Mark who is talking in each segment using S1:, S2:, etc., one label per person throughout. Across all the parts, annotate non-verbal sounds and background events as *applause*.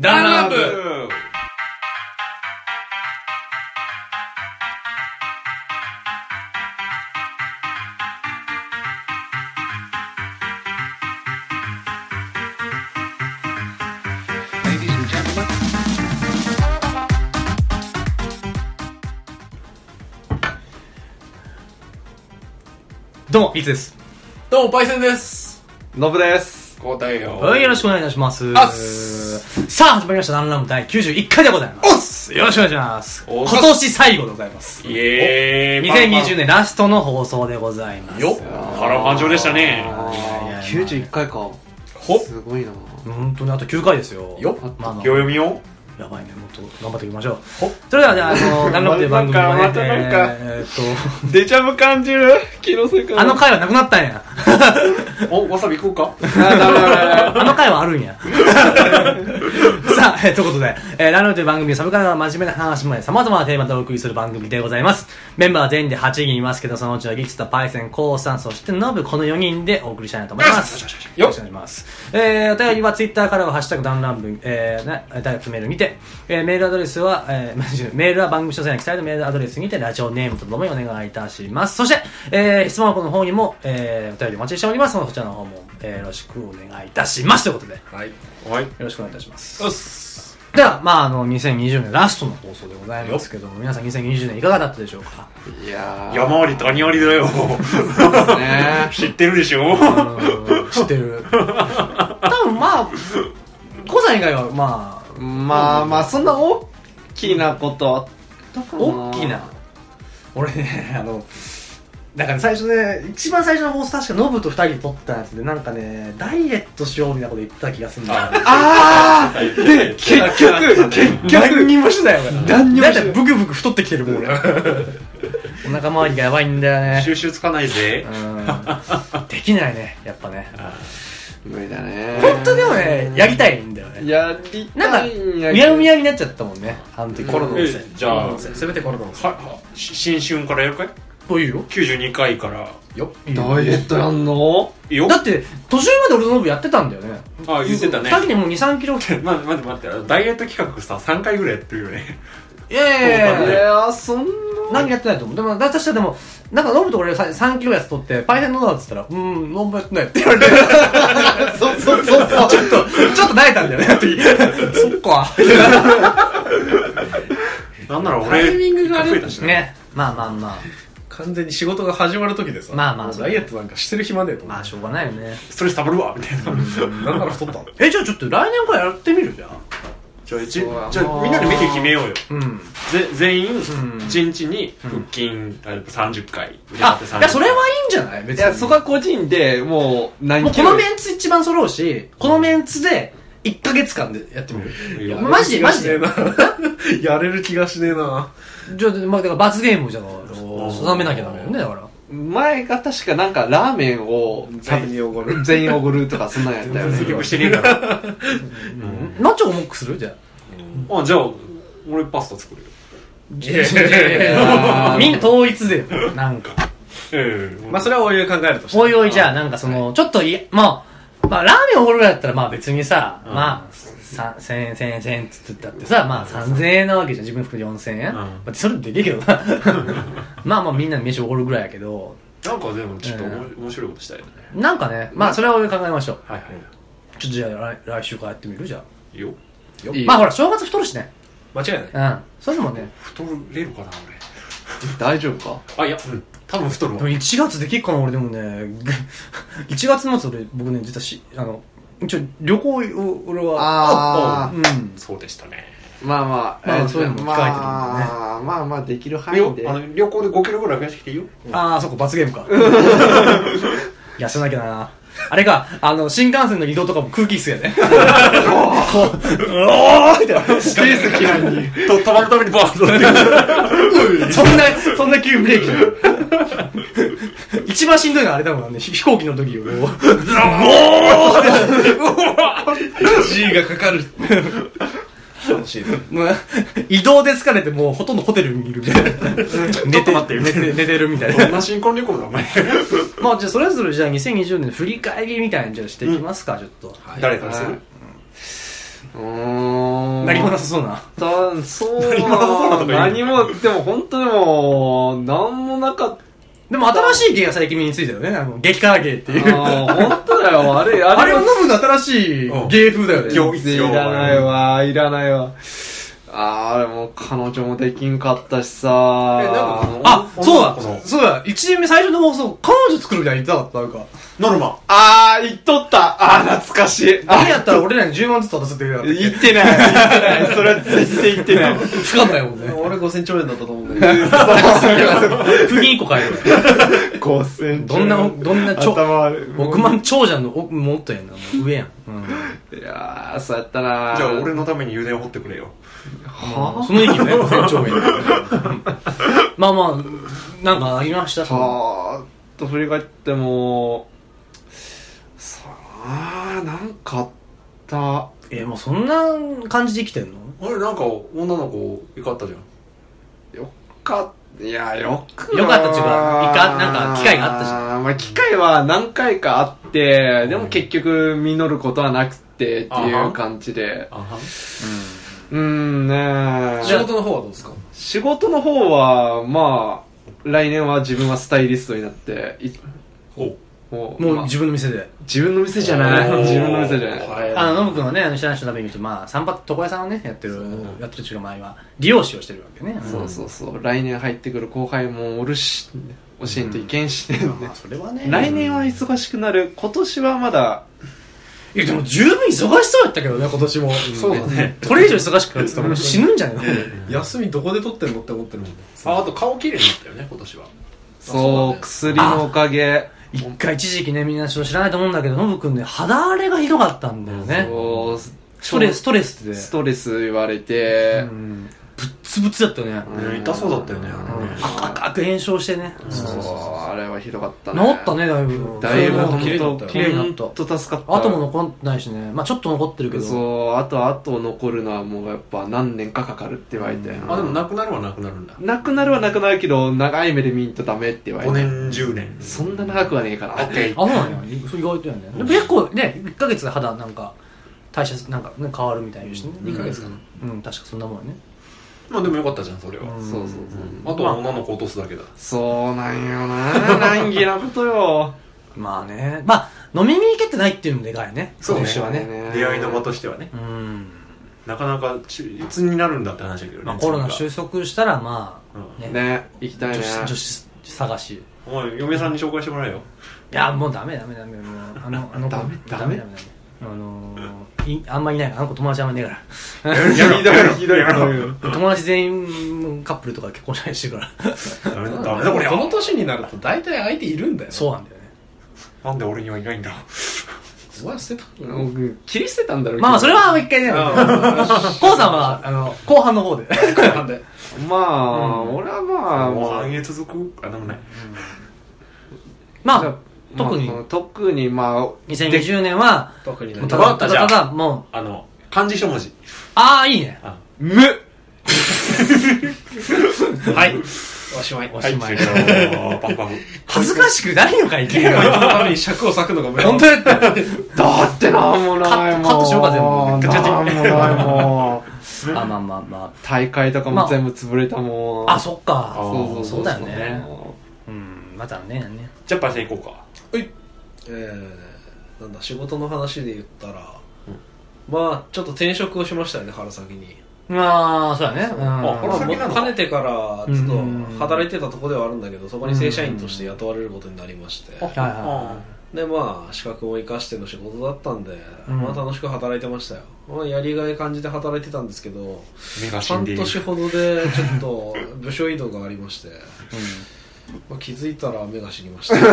S1: ダンラップどうも、いつです。
S2: どうも、パイセンです。
S3: ノブです。
S2: 交代よ。
S1: はい、よろしくお願いいたします。
S2: あっす
S1: さあ、始まりました、ダンラム第91回でございます。よろしくお願いします。
S2: お
S1: 今
S2: っ
S1: 年最後でございます。
S2: イエーイ。
S1: 2020年ラストの放送でございます。
S2: よっ。腹パンチョでしたね。
S3: 九十一回か。
S2: ほっ。
S3: すごいな。
S1: 本当にあと9回ですよ。
S2: よっ
S1: まあまあ
S2: 秒読みを
S1: やばいね、もっと頑張っていきましょう
S2: ほっ。
S1: それでは、じゃあ、あの、ダンラムという番組はね
S2: ま、たなんか
S1: えーっ
S3: デジャブ感じる。気のせいか
S1: と、あの回はなくなったんや。
S2: お、わさび食うか
S1: あの回はあるんや。 *laughs* さあ、えーということで、えーランラムという番組はサブカルから真面目な話まで様々なテーマでお送りする番組でございます。メンバーは全員で8人いますけど、そのうちのリツとパイセン、コウさん、そしてノブ、この4人でお送りしたいなと思います。よろしくお願いします。えー、お便りはツイッターからは、ハッシュタグダンランブ、えー、ね、ダイレクトメールにて、えー、メールアドレスは、えー、間違えたメールは番組詳細に記載のメールアドレスにて、ラジオネームとともにお願いいたします。そして、えー、質問箱の方にも、えー、お便りお待ちしておりますので、そちらの方も、えー、よろしくお願いいたします。ということで、
S2: はい。はい。
S1: よろしくお願いいたします。
S2: うっす。
S1: では、まあ、あの、2020年ラストの放送でございますけども、皆さん2020年いかがだったでしょうか
S3: いやー。
S2: 山あり谷ありだよ。
S3: ばね。
S2: 知ってるでしょ
S1: あの知って
S2: *laughs*
S1: る。多分まあ、コさん以外は、まあ、
S3: まあまあそんな大きなことあったかな。
S1: 大きな。俺ね、あの、だから最初ね、一番最初の放送確かノブと二人で撮ったやつで、なんかね、ダイエットしようみたいなこと言ってた気がするんだよね。
S3: あーで結局結
S1: 何
S3: 局
S1: にもしてないよ、俺。
S3: 何にも
S1: だ
S3: し
S1: い
S3: てな
S1: た
S3: い
S1: いブクブク太ってきてるもん、俺。お腹周りがやばいんだよね。
S2: 収集つかないぜ。
S1: うんできないねやっぱね
S3: 無理だね。
S1: 本当でもねやりたいんだよね
S3: やり
S1: なん
S3: た
S1: か
S3: いんや
S1: うやうやになっちゃったもんねあの時
S3: コロナの
S2: え
S3: せい
S2: じゃあ、
S4: せめてコロナのせい
S2: はし新春からやるかい
S1: というよ
S2: ?92 回から。
S4: よ
S3: ダイエットやんの？
S2: よ
S1: だって途中まで俺のノブやってたんだよね
S2: あ、言ってたね
S1: 2。人でもう23キロい
S2: ま、待って待って、ダイエット企画さ、3回ぐらいやってるよね。
S1: や
S3: い
S1: いやいや
S3: やーそんな。
S1: 何やってないと思うでも私はでもなんかノブと俺が3キロやつ取ってパイセンのだっつったら「うーんノブやってない」って
S2: *laughs*
S1: 言われて
S3: そうそうそうそう。
S1: ちょっとちょっと慣れたんだよねあの
S2: *laughs*
S1: 時そっか
S2: なんなら俺、
S4: タイミングがあれ
S2: 増えたしな
S1: ねまあまあまあ
S4: 完全に仕事が始まる時でさ
S1: まあまあ
S4: もうダイエットなんかしてる暇ねえと思
S1: ま
S4: っ
S1: あ
S4: て、
S1: しょうがないよね
S2: ストレス溜まるわ、みたいな。
S4: なんなら太ったの
S1: えじゃあちょっと来年からやってみるじゃん
S2: じゃあ、一
S3: そうやな
S2: じゃあみんなでメニュー決めようよ。
S1: うん
S2: ぜ全員、
S1: ん
S2: 1日に腹筋、あ30回。
S1: あ
S2: 腕立て30
S1: いやそれはいいんじゃない別
S3: い
S1: に
S3: やそこは個人でもう
S1: も
S3: 何
S1: う
S3: キ
S1: こ
S3: ロ
S1: のメンツ一番揃うしこのメンツで1ヶ月間でやってみる
S2: いや
S1: マジでマジで
S4: で *laughs* やれる気がしねえな
S1: じゃあ、まあ、だから罰ゲームじゃない定めなきゃダメよねだから
S3: 前が確かなんかラーメンを
S4: 全員におごる
S3: *laughs* 全員おごるとかそんなんやったよ
S2: 結
S3: ね
S2: 局してねえから。
S1: ナチョ重くするじゃあ
S2: あ、じゃあ、俺パスタ作るよ。
S4: いやいやいや
S3: や
S1: *laughs* みんな統一でよなんか
S2: ええ
S4: まあそれはおいおい考えるとして
S1: おいおいじゃあなんかそのちょっといやまあまあラーメンおごるぐらいだったらまあ別にさ
S2: ん
S1: まあさ1000円1000円1000円っつったってさまあ3000円なわけじゃん自分含めて4000円
S2: ん
S1: まあそれでけえけ *laughs* どなまあまあみんなに飯おごるぐらいやけど
S2: なんかでも、ちょっとおも面白いことしたいよね。
S1: なんかねまあそれは俺考えましょう
S2: はいは
S1: ちょっとじゃあ来来週からやってみるじゃ
S2: い。よ。
S3: いい
S1: あまあほら正月太るしね
S4: 間違いない
S1: うんそれでもね
S2: 太れるかな、
S3: 大丈夫か
S2: 俺。あ、いや、うん。多分太る
S1: で
S2: わ
S1: も。1月で結構な俺でもね *laughs* ぐ1月末俺僕ね実はしあの一応旅行を俺は
S3: あ
S1: う
S3: あ
S1: ん
S2: そうでしたね。
S3: まあまあ
S1: まあ
S3: えー
S1: そういうのも控えてるもん
S3: ま
S1: ね
S3: あまあまあできる範
S2: よ
S3: 囲で
S2: あの、旅行で5キロぐらい増やしてきていいよ。
S1: ああそこ罰ゲームか痩せなきゃなあれかあの新幹線の移動とかも空気椅子やねこううおーみたいな
S3: スペース嫌いに
S2: と、止まるためにバーンと
S1: そんな、そんな急ブレーキ。一番しんどいのはあれだもんね、ひ飛行機の時よ。もう
S4: G がかかる楽しいね
S1: もう移動で疲れてもうほとんどホテルにいるみたいな。寝
S2: ちょっと
S1: て
S2: 待って
S1: 寝て寝てるみたい
S2: こ
S1: な。
S2: んな新婚旅行だ、お前。
S1: まあじゃあそれぞれじゃあ2020年の振り返りみたいなのじゃあしていきますか、ちょっと。
S2: 誰からする
S3: うーんも
S1: 何もなさそうな。
S3: だそう
S2: 何もなさそうなとか言う
S3: 何もでも本当でも何もなかっ
S1: でも新しい芸が最近身についたよね。あの、激辛芸ってい
S3: た
S1: う。
S3: あー本当だよあれ
S1: あ
S3: あ
S1: れ
S3: れ
S1: を飲
S3: は
S1: むの新しい芸風だよね。
S2: 行
S3: 全然いらないわいらないわあーでも彼女もできんかったしさ
S2: えなんかあの
S1: あ、そうだ
S2: 女の子の
S1: そうだ !1 年目最初の放送、彼女作るみたいに言ってなかったなんか。
S2: ノルマ
S3: あー言っとったあー懐かしい
S1: あ
S3: あ
S1: れやったら俺らに10万ずつ渡すって言うよ。
S3: 言ってない言ってないそれは絶対言ってない
S1: つかんないもんね。
S5: *laughs* 俺5000兆円だったと思
S3: *laughs*
S5: うんだけど。
S1: 不銀1個買える
S3: 5000
S1: どんな、どんな超、
S3: 頭悪い
S1: 億万長者の奥もっとやんな。もう上やん。うん。
S3: いやーそうやったな
S2: じゃあ俺のために油田を掘ってくれよ
S3: は
S1: その意義ね、船長円。まあまあ、なんかありました
S3: あはーっと振り返ってもさあなんかあった
S1: え、もうそんな感じで生きてんの
S2: あれなんか女の子よかったじゃん
S3: よかったいやよく
S1: よかったっちゅうか一回なんか機会があったし
S3: ゃん、まあ、機会は何回かあってでも結局実ることはなくてっていう感じで
S2: あは
S3: うーんねー
S5: 仕事の方はどうですか
S3: 仕事の方はまあ来年は自分はスタイリストになってい
S2: おう
S3: もう
S1: も
S3: まあ
S1: う自分の店で。
S3: 自分の店じゃない
S2: おー
S3: 自分の店じゃない
S5: はい
S1: あの、ノブ君はね、あの、知らない人のために言うと、まあ、散髪、床屋さんをね、やってる、やってる中華前は、利用師をしてるわけね。
S3: そうそうそう来年入ってくる後輩もおるし教えんといけんし、
S1: うん。まあ、それはね。
S3: 来年は忙しくなる今年はまだ
S1: いや、でも十分忙しそうやったけどね、今年も。
S5: そうだね。
S1: これ以上忙しくなってたらもう死ぬんじゃないの
S5: 休みどこで取ってんのって思ってるもん。
S2: ああと顔綺麗になったよね今年は
S3: そう
S5: そうだね
S3: 薬のおかげ
S1: 一回一時期ね、みんな知らないと思うんだけど、ノブ君ね、肌荒れがひどかったんだよね。
S3: そう
S1: ストレス、ストレスで。
S3: ストレス言われて、
S1: うんぶっつぶつだったよね。
S2: ね痛そうだったよねあのね
S1: 赤く赤く炎症してね。
S3: そう
S1: 治
S3: あれはひどかったね
S1: ったね、だいぶ。
S3: だいぶ
S1: それも
S5: 綺麗だ
S3: 本
S5: った
S3: 当
S5: よ
S1: 綺麗になった
S3: 本当助かった
S1: 跡も残ってないしね。まあちょっと残ってるけど。
S3: そうあとあと残るのはもうやっぱ何年かかかるって言われて、
S2: あでもなくなるはなくなるんだ
S3: なくなるはなくなるけど長い目で見んとダメって言われ
S2: 5
S3: て、
S2: 年10年
S3: そんな長くはねえかな
S2: オッケー
S1: あ、そうなんや。意外とやね。でも結構ね、1ヶ月で肌なんか、代謝なんかね変わるみたいですね。
S2: 2ヶ月かな
S1: うん、確かそんなもんやね。
S2: まあでもよかったじゃんそれは
S1: うん
S3: そうそうそう、
S2: あとは女の子落とすだけだ
S3: そうなんよな難儀なことよ
S1: まあね。まあ、飲みに行けてないっていうのもでかいね。
S2: そうね
S1: 今年はね。
S2: 出会いの場としてはね
S1: うん。
S2: なかなかちいつになるんだって話だけどね
S1: まあコロナ
S2: それ
S1: 収束したら、まあ、ね。
S3: ね行きたい
S1: 女
S3: ね
S1: 子女子探し。
S2: がおい嫁さんに紹介してもらえよ
S1: いやもうダメダメダメもうあのあの子
S3: ダメ
S1: ダメダメダメあのーいあんまいないあの子友達あんまいないか
S3: ひどいひどい
S2: やめろ
S1: ら *laughs* 友達全員カップルとか結婚したりしてるから
S2: ダメだダメだこりゃ
S5: この年になると大体相手いるんだよ。
S1: そうなんだよね
S2: なんで俺にはいないんだ
S5: お前捨てた
S3: もう切り捨てたんだろうけど
S1: まあまあそれはもう一回ねコウさんはあの後半の方で
S5: なんで。
S3: まあ、俺はまあ
S2: もう
S3: まあ
S2: 半月続くあでもない
S1: ま
S3: じゃ
S1: あ特に
S3: まあ特にまあ
S1: 2020年は
S5: 特に
S1: もうた
S2: わか
S1: だ
S2: った
S1: た
S2: じゃ
S1: だ
S2: あ
S1: ただもう
S2: あの漢字一文字
S1: ああいいね
S2: あ
S3: む
S1: はい
S5: おしまい。
S1: お
S2: は
S1: し
S2: い
S1: まい
S2: 終了パンパン
S1: 恥ずかしくないのかいけ
S5: こいつの
S1: よ
S5: ために尺を割くのが *laughs* 無駄
S1: 本当やった
S3: だってなんもないもん
S1: カットカットしようか全部
S3: なんもないもん
S1: あまあまあま
S3: *laughs* 大会とか
S1: まあ
S3: も全部潰れたもん、
S1: ああそっか
S2: あ
S3: そうそう
S1: そうだよねうんまたねね
S2: じゃあパンしていこうか
S5: はいえー、なんだ仕事の話で言ったら、まあちょっと転職をしましたよね春先に、
S1: まあそうだねうん
S2: あ春
S5: まあ、
S2: 先
S5: もう
S2: なの
S5: かねてからずっと
S1: うん
S5: 働いてたとこではあるんだけどそこに正社員として雇われることになりまして、
S1: はいはいは
S5: でまあ資格も生かしての仕事だったんで、
S1: うん
S5: まあ楽しく働いてましたよ、まあ、やりがい感じて働いてたんですけど
S2: 目が死ん
S5: 半
S2: でいる
S5: 年ほどでちょっと部署移動がありまして、まあ、気づいたら目が死にま
S1: *laughs*
S5: したいや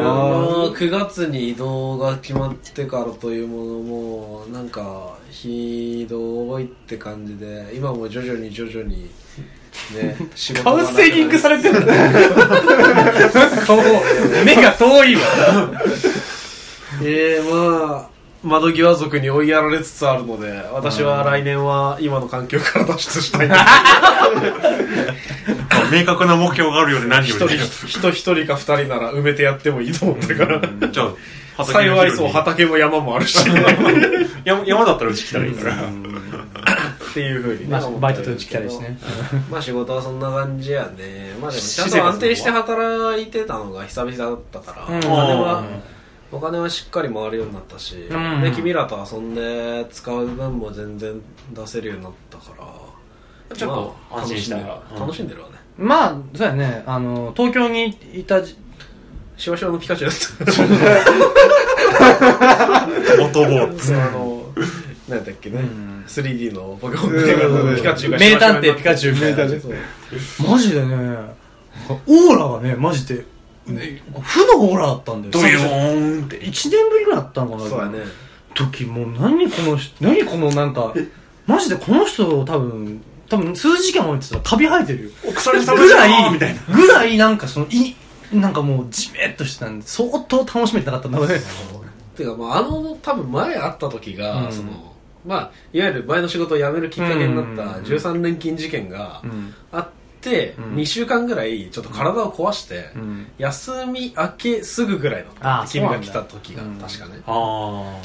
S5: まあ9月に移動が決まってからというものもなんかひどいって感じで今も徐々に徐々にね仕事
S1: カウ
S5: がなく
S1: ン
S5: なり
S1: セリングされてるんだ顔目が遠いわ
S5: ええまあ窓際族に追いやられつつあるので私は来年は今の環境から脱出したい
S2: 明確な目標があるよね何よ
S5: 一人
S2: りね *laughs*
S5: 人一人か二人なら埋めてやってもいいと思ったから
S2: じゃあ畑の
S3: 幸い
S2: 広
S3: そう
S2: に
S3: 畑も山もあるし
S2: 山山だったらうち来たらいいから
S3: っていうふうにね
S1: まあ、バイトとうち来たりしてね。
S5: まあ仕事はそんな感じやねまあでもちゃんと安定して働いてたのが久々だったから、
S1: うん
S5: お金は
S2: うん
S5: お金はしっかり回るようになったし、
S1: うん
S5: で君らと遊んで使う分も全然出せるようになったから
S2: ちょっと
S5: まあ
S2: 安心した
S5: 楽しんでるわね
S1: まあ、そうやね。あの、東京にいたじ、
S5: シワシワのピカチュウだっ
S2: 元ボー
S5: たあの *laughs* 何だっけね、
S1: ん
S5: 3D のポケモンみたいな
S3: うん
S5: ピカチュウが
S1: 名探偵ピカチュウみたい
S5: シワ
S1: な
S5: シワになってそう
S1: マジでね、オーラがね、マジで、ね、負のオーラだったんだよ。
S2: ドヨーンって
S1: 1年ぶりぐらいだったのかな
S5: そうやね
S1: 時もう何この人何このなんかマジでこの人多分多分数時間置いてたらカビ生えてるよ
S2: 奥さんに食べ
S1: ぐ
S2: た
S1: ら
S2: い
S1: い
S2: みたいな
S1: ぐらいなんかそのいなんかもうジメッとしてたんで相当楽しめてなかったんだろうね
S5: てかまああの多分前会った時が、
S1: うん
S5: そのまあいわゆる前の仕事を辞めるきっかけになった
S1: うん
S5: 13連勤事件が
S1: うん
S5: あって、
S1: うん
S5: 2週間ぐらいちょっと体を壊して、
S1: うん
S5: 休み明けすぐぐらいだった
S1: あー
S5: 君
S1: そうな
S5: が
S1: んだ
S5: 来た時が、
S1: うん
S5: 確かね
S2: あ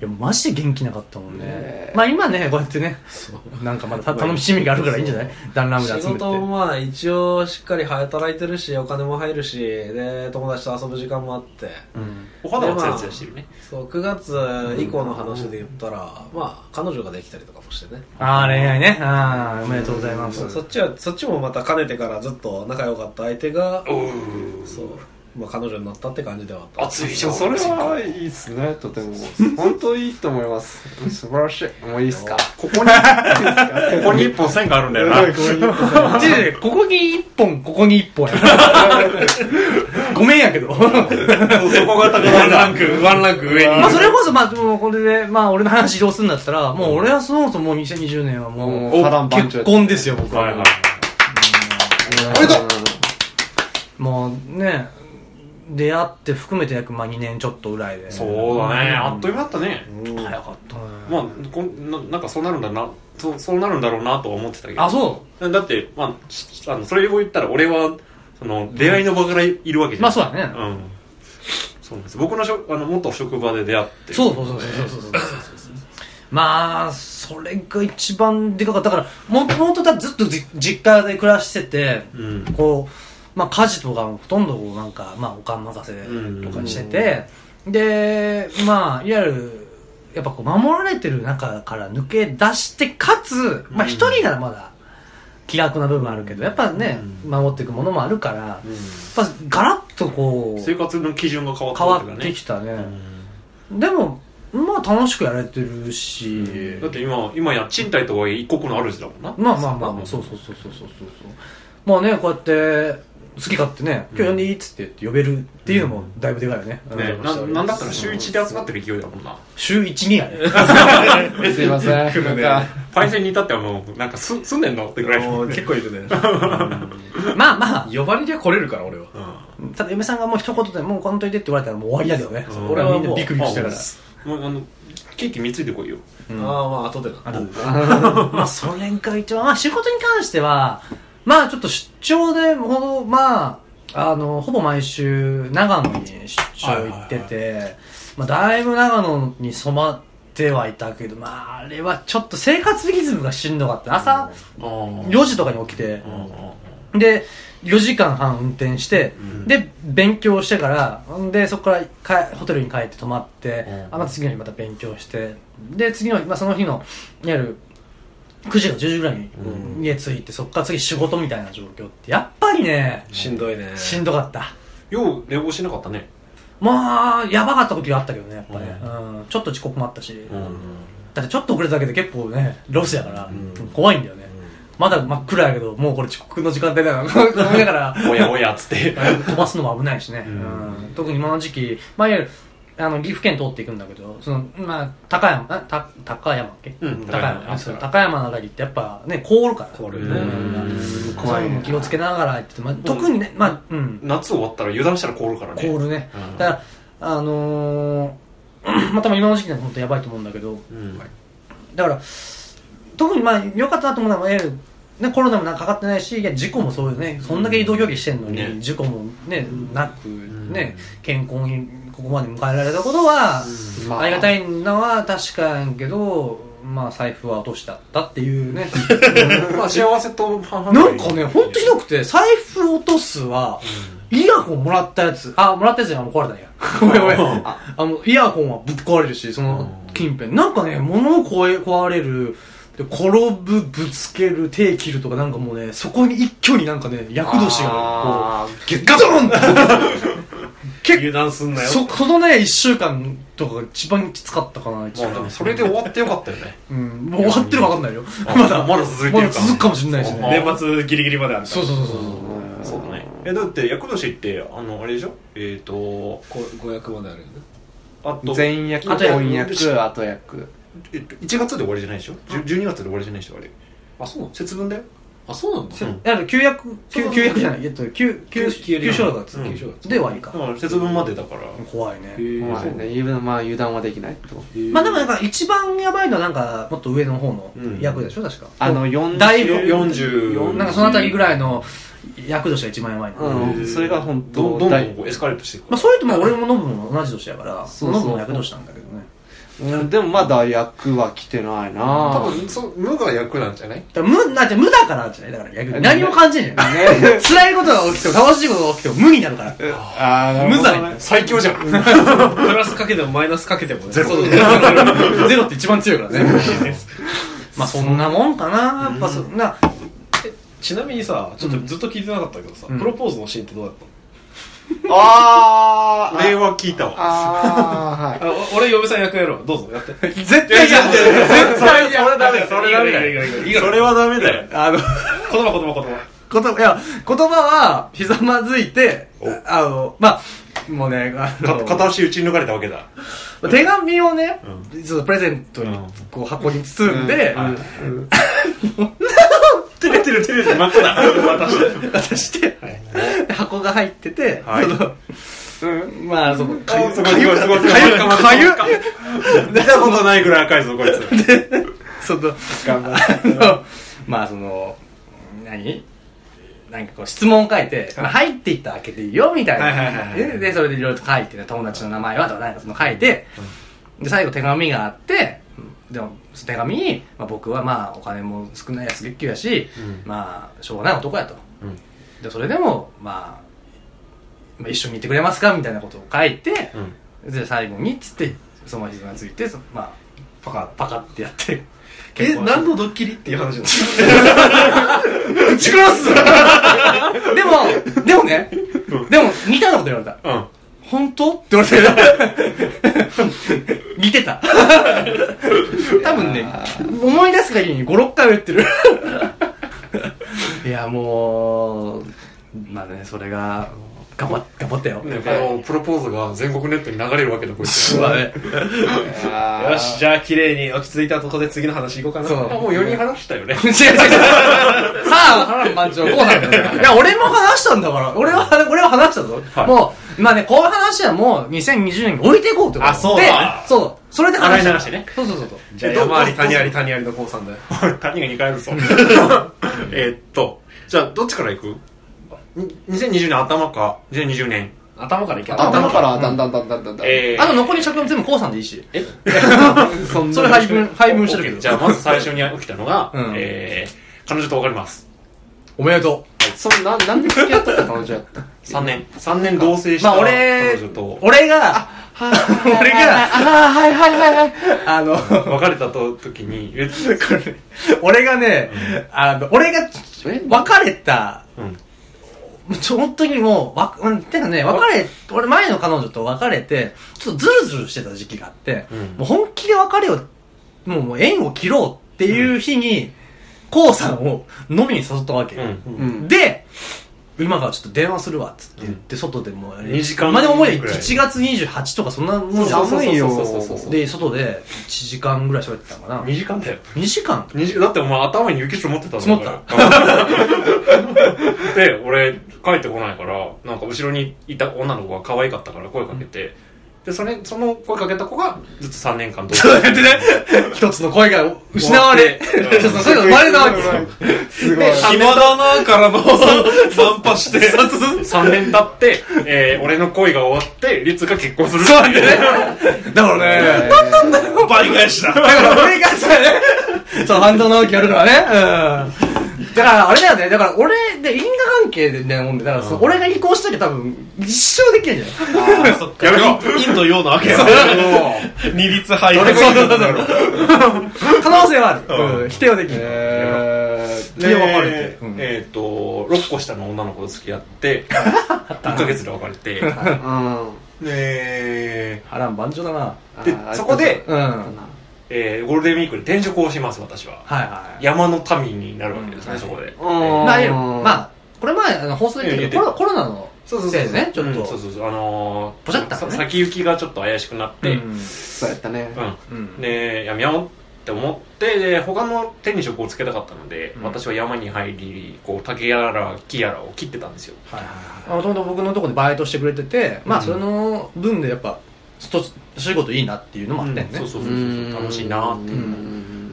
S1: いやマジで元気なかったもんねまあ今ねこうやってね
S5: そう
S1: なんかまだた楽しみがあるからいいんじゃないダンラムで
S5: 仕
S1: 集めて
S5: 事もまあ一応しっかり働いてるしお金も入るしで友達と遊ぶ時間もあって
S1: うん
S2: お肌はツヤツヤしてるね
S5: そう9月以降の話で言ったら、まあ彼女ができたりとかもしてね
S1: ああ恋愛ねああおめでとうございます
S5: そうそっちはそっちもまたかねてからずっと仲良かった相手が
S2: おー
S5: そう、まあ、彼女になったって感じではあった
S2: 熱いじゃん
S3: それはいいっすねとても本当いいと思います素晴らしいもういいっすか
S2: ここにここに一本線があるんだよな
S1: ちょいちょいここに一本ここに一本や *laughs* ごめんやけど
S2: そこが高
S5: ワン
S2: い
S5: ランクワンランク上に
S1: まあそれこそまあもうこれでまあ俺の話どうすんだったらもう俺はそもそも2020年はもう
S3: うん波乱万丈
S1: 結婚ですよ僕は、
S2: はいはい
S3: おめでとう
S1: もうね出会って含めて約まあ2年ちょっとぐらいで
S2: そうだねあっという間だったね
S5: うん
S1: 早かったね
S2: まあこんななんかそうなるんだなそうそうなるんだろうなとは思ってたけど
S1: あそ
S2: だって、まあし、あのそれを言ったら俺はその出会いの場からいるわけ
S1: う
S2: じゃん、
S1: まあそうだね、
S2: うんそうなんです僕のしょあの元職場で出会って
S1: そうそうそうそうそうそうそうまあそれが一番でかかっただからもともとだずっとじ実家で暮らしてて
S2: うん
S1: こう、まあ、家事とかもほとんどこうなんか、まあ、おかん任せとかしてて、で、まあ、いわゆる、やっぱこう、守られてる中から抜け出して、かつ、まあ、
S2: うん
S1: 一人ならまだ、気楽な部分あるけど、やっぱね、守っていくものもあるから、やっぱ、ガラッとこう、
S2: 生活の基準が変わった
S1: 変わ
S2: か
S1: ってきたね。
S2: うん
S1: でも、まあ、楽しくやれてるし、
S2: だって今今や賃貸とはいえ一国の主だもんな
S1: まあまあまあまあ、そうそうそうそうそうそうそう。まあね、こうやって、好き勝手ね、今日呼んでいいっつって言って呼べるっていうのもだいぶでかいよね。
S2: ね、ななんだったら週1で集まってる勢いだもんな
S1: 週1、2やね。
S3: ございますすいませんなんか
S2: パイセンに至ってはもうなんかす住んでんのってぐらい
S5: も
S2: の
S5: う結構いるね
S1: まあまあ、
S5: 呼ばれりゃ来れるから俺は
S1: ただ嫁さんがもう一言でもうこのといてって言われたらもう終わりだけどね。
S2: うん
S1: 俺はみんなビクビクしてたか
S2: もうあのケーキ貢いでこいよ
S1: ら。うん
S5: ああまあ後でな
S1: あとまあ、それが一番、まあ仕事に関しては、まあちょっと出張でほど、まあ、あの、ほぼ毎週長野に出張行ってて、まあだいぶ長野に染まってはいたけど、まああれはちょっと生活リズムがしんどかった。朝
S2: ああ
S1: 4時とかに起きて、で4時間半運転して、
S2: うん
S1: で勉強してからんでそこからかホテルに帰って泊まって、
S2: うん
S1: あまた次の日また勉強してで次の日、まあ、その日の夜9時か10時ぐらいに
S2: う
S1: 家着いてそこから次仕事みたいな状況ってやっぱりね
S5: しんどいね
S1: しんどかった
S2: よう寝坊しなかったね
S1: まあやばかった時があったけどねやっぱね、
S2: う
S1: うんちょっと遅刻もあったし、
S2: ん
S1: だってちょっと遅れただけで結構ねロスやから、
S5: うん
S1: 怖いんだよね、まだ真っ暗やけどもうこれ遅刻の時間帯だよな思いながら
S2: おやおやっつって
S1: 飛ばすのも危ないしね、
S2: うん
S1: うん特に今の時期、まあ、いわゆるあの岐阜県通っていくんだけどその、まあ、高山あた高山っけ、
S2: うん
S1: 高
S2: 高
S1: 山
S2: 山
S1: そう高山のあたりってやっぱね凍るから
S5: 凍る
S2: う
S5: よ
S2: ん
S5: ね
S3: うん
S1: そう
S3: 怖
S1: いう
S3: い
S1: のも
S3: ね
S1: 気をつけながらやってて、まあ、特にね、まあうん、
S2: 夏終わったら油断したら凍るからね
S1: 凍るね、
S2: うん
S1: だからあのー *clears throat* また今の時期なんて本当やばいと思うんだけど
S2: うん
S1: だから特にまあ良かったなと思うのは、いわゆるね、コロナもなんかかかってないしいや事故もそうよねそんだけ移動距離してんのに、
S2: ね
S1: 事故も、ね、なく、
S2: ん
S1: ね健康にここまで迎えられたことは、
S3: ま *laughs* あ
S1: ありがたいのは確かやけど、まあ、財布は落としたったっていうね
S3: *laughs*
S2: まあ幸せと半々
S1: なんかねほんとひどくて財布落とすは、イヤホンもらったやつあもらったやつがもう壊れたんや *laughs* ごめんごめんああのイヤホンはぶっ壊れるしその近辺なんかね物を壊れ壊れるで転ぶぶつける手切るとかなんかもうねそこに一挙になんかね厄年がこ
S3: あ
S1: うギュッガツンって *laughs*
S2: 油断すんなよ
S1: そそのね1週間とかが一番きつかったかな一
S2: まあ
S1: 番
S2: でもそれで終わってよかったよね
S1: うんもう終わってるか分かんないよ *laughs* まだ
S2: まだ続いてるか
S1: まだ続くかもしれないしね
S5: 年末ギリギリまである
S1: そうそうそうそうそう
S2: そうだねえだって厄年ってあのあれでしょえっ、と
S4: こ五役まであ
S5: *laughs*
S4: るよね
S2: あ
S3: ー
S2: と
S3: 前役
S1: 後役
S3: 婚役後役
S2: えっと1月で終わりじゃないでしょじゅ12月で終わりじゃないでしょあれ
S4: あそうなの
S2: 節分だよ
S4: あそうなんだ
S1: せあの旧約旧旧約じゃないえっと旧旧
S4: 旧旧
S1: 旧正月
S2: うん
S1: 旧正月で終わり
S2: だ
S1: か
S2: から節分までだから
S1: 怖いね
S4: へえ
S3: まあ
S4: そう
S3: ね言うのまあ油断はできないってこと
S1: まあでもなんか一番やばいのはなんかもっと上の方の
S2: うん
S1: 役でしょ確か
S3: あの4
S1: だいぶ
S2: 40
S1: なんかそのあたりぐらいの役年が一番やばいのま
S3: うんそれが本
S2: どん
S3: 当
S2: どんど
S3: だ
S2: ん
S3: い
S2: こうエスカレートしていく
S1: あそれとも俺もノブも同じ年やから
S3: そう
S1: ノ
S3: そう
S1: ブも役年なんだけどね
S3: うんでもまだ役は来てないな
S2: 多分そ無が役なんじゃない
S1: だから無だって無だからじゃないだから逆に何も感じない
S3: ね
S1: 辛いことが起きても楽しいことが起きても無になるから
S3: あーなるほどね
S1: 無罪
S2: 最強じ *laughs* ゃん
S4: プラスかけてもマイナスかけてもねゼロ
S1: ゼロって一番強いからね。まあそんなもんかな。やっぱそんな、
S4: ちなみにさちょっとずっと聞いてなかったけどさ、
S1: うん
S4: プロポーズのシーンってどうだったの
S3: あー
S2: 令和聞いたわ
S3: あーはい
S4: あお俺嫁さん役やろうどうぞ
S5: *laughs*
S4: やって
S1: 絶対じゃん。
S2: それそれダメだよそれダメだ
S4: いいよいいよいいよいい
S2: よ
S4: よ
S2: それはダメだよ
S1: あの、
S4: 言葉言葉言葉
S1: 言葉、いや、言葉は、ひざまずいて、あの、まあ、もうね、あ
S2: か
S1: の、
S2: 片足打ち抜かれたわけだ
S1: 手紙をね、ちょっとプレゼントに、こう箱に包んで、
S2: 照れてる照れてる真っ赤だ私
S1: 渡して、で箱が入ってて、
S2: はい
S1: その、まあ、その、かゆ、
S2: すごいすごいすごい
S1: かゆ、かゆ、
S2: 見たことないぐらい赤いぞこいつ
S1: その、あの、まあその、何なんかこう質問書いて、まあ、入っていったら開けていいよみたいな、
S4: はいはいはいはい
S1: ででそれでいろいろと書いてね友達の名前はとかなんかその書いて、で最後手紙があってでもその手紙に、まあ、僕はまあお金も少ない安月給やし、
S2: う
S1: まあしょうがない男やと、
S2: うん
S1: でそれでも、まあ、まあ一緒にいてくれますかみたいなことを書いて、で最後にっつってその膝がついてそまあパカパカってやって
S4: え
S1: した
S4: 何のドッキリっていう話なの
S1: ぶち殺す *laughs* でもでもねでも似たようなこと言われた
S2: うん
S1: 本当って言われて *laughs* 似てた多分ね思い出す限りに56回は言ってるいやもうまあねそれが頑張っ頑張ったよ、
S2: ね、このプロポーズが全国ネットに流れるわけだこいつ
S1: まあね
S3: あー
S4: よしじゃあ綺麗に落ち着いたとこで次の話いこうかな
S1: そう
S2: あもう4人話したよね
S1: *laughs* 違う違う違う。さあ、波乱万丈、こうなんだよ。いや、俺も話したんだから。俺は、俺は話したぞ。
S2: はい
S1: もう、まあね、こういう話はもう2020年に置いていこうってこと。
S4: あそうだ
S1: でそう。それで話
S2: 洗い流してね。
S1: そうそうそうそう。
S4: じゃあ山あり谷あり谷ありのコウさんだよ
S2: 谷が2回ある
S1: *laughs*
S2: ぞえーっとじゃあどっちから行くに2020年頭か2020年
S4: 頭からいけ
S3: 頭からだんだんだんだんだんだん
S2: えー
S1: あと残り尺も全部こうさんでいいし。
S2: え
S1: それ配分、配分してるけど。
S2: じゃあまず最初に起きたのが、
S1: *laughs* うん
S2: えー、彼女と別れます
S1: おめでと
S3: そんなんなんで付き合ったって彼女やった
S2: 3年3年同棲
S1: う。
S2: し
S1: ま
S2: た
S1: あ
S2: 彼
S1: 俺
S2: 女と、*laughs*
S1: 俺が、俺が、
S3: ああはいはいはいはい
S1: あの、 *laughs*
S2: 別れたと時にえ
S1: 俺がね、あの、俺が、
S3: え
S1: 別れた
S2: うん
S1: ちょ、本当にもう、わ、うんてかね、別れ、俺前の彼女と別れて、ちょっとズルズルしてた時期があって、
S2: うん
S1: もう本気で別れを、もうもう縁を切ろうっていう日に、こうさんを飲みに誘ったわけ。
S2: うん
S3: うん
S1: で、今からちょっと電話するわ、つって言って、外でもう、
S2: 二時間
S1: まあでももう
S2: ぐらい
S1: 1月28とかそんなもんじゃん
S3: 寒いよ
S2: そうそうそうそう
S1: で、外で1時間ぐらい喋ってたのかな。
S2: 2時間だよ
S1: 2時間
S2: 二時だってお前頭に雪積もってたん
S1: 積もった
S2: たで俺帰ってこないからなんか後ろにいた女の子が可愛かったから声かけて、で、それ、その声かけた子が、ずっと3年間どう
S1: そうやってね、 *laughs* 一つの声が失われ、
S2: 終わっ
S1: *laughs* 一
S2: て
S1: つの声が生まれたわけですよ。
S3: すごい。
S2: 暇だなからの散歩して3年経って、えー俺の恋が終わって律が結婚するそうなんでね
S1: だからね、
S2: 倍返し
S1: *laughs*
S2: だ
S1: だから俺がさ、ね、そう、反動直樹やるからね。うん。だから、あれだよね。だから、俺、で、因果関係でね、もんで、だから、その俺が離婚しときゃ多分、一生できないじゃん。
S2: やめろ
S5: 陰と陽なわけや二律背反
S1: そうそうそう。可能性はある。うん。否定はできない。
S3: えー、
S1: で
S2: で
S1: 別れてうん
S2: えっ、と6個下の女の子と付き合って1ヶ月で別れて
S3: うん。
S2: で
S1: 波乱万丈だな。
S2: でそこで、
S1: うん。はい
S2: えーゴールデンウィークに転職をします私は
S1: はい。
S2: 山の民になるわけですね、そこで、
S3: うん
S1: まあ、いいよまあ、これ前、あの放送で言ったけど、
S2: うん
S1: コロコロナのせいでね、ちょっ
S2: うんそう
S1: と。
S2: そうそうあのー
S1: ポチャッとね
S2: さ先行きがちょっと怪しくなっ
S1: う
S2: て、
S1: ん
S3: そうやったね。
S2: うん
S1: うん。
S2: でやめようって思ってで他の手に職をつけたかったので、
S1: うん
S2: 私は山に入りこう竹やら木やらを切ってたんですよ
S1: はいはいはい。もともと僕のところでバイトしてくれてて、まあ、その分でやっぱ、ちょっと、仕事いいなっていうのもあってね。
S2: そうそうそうそう楽しいなっていうのも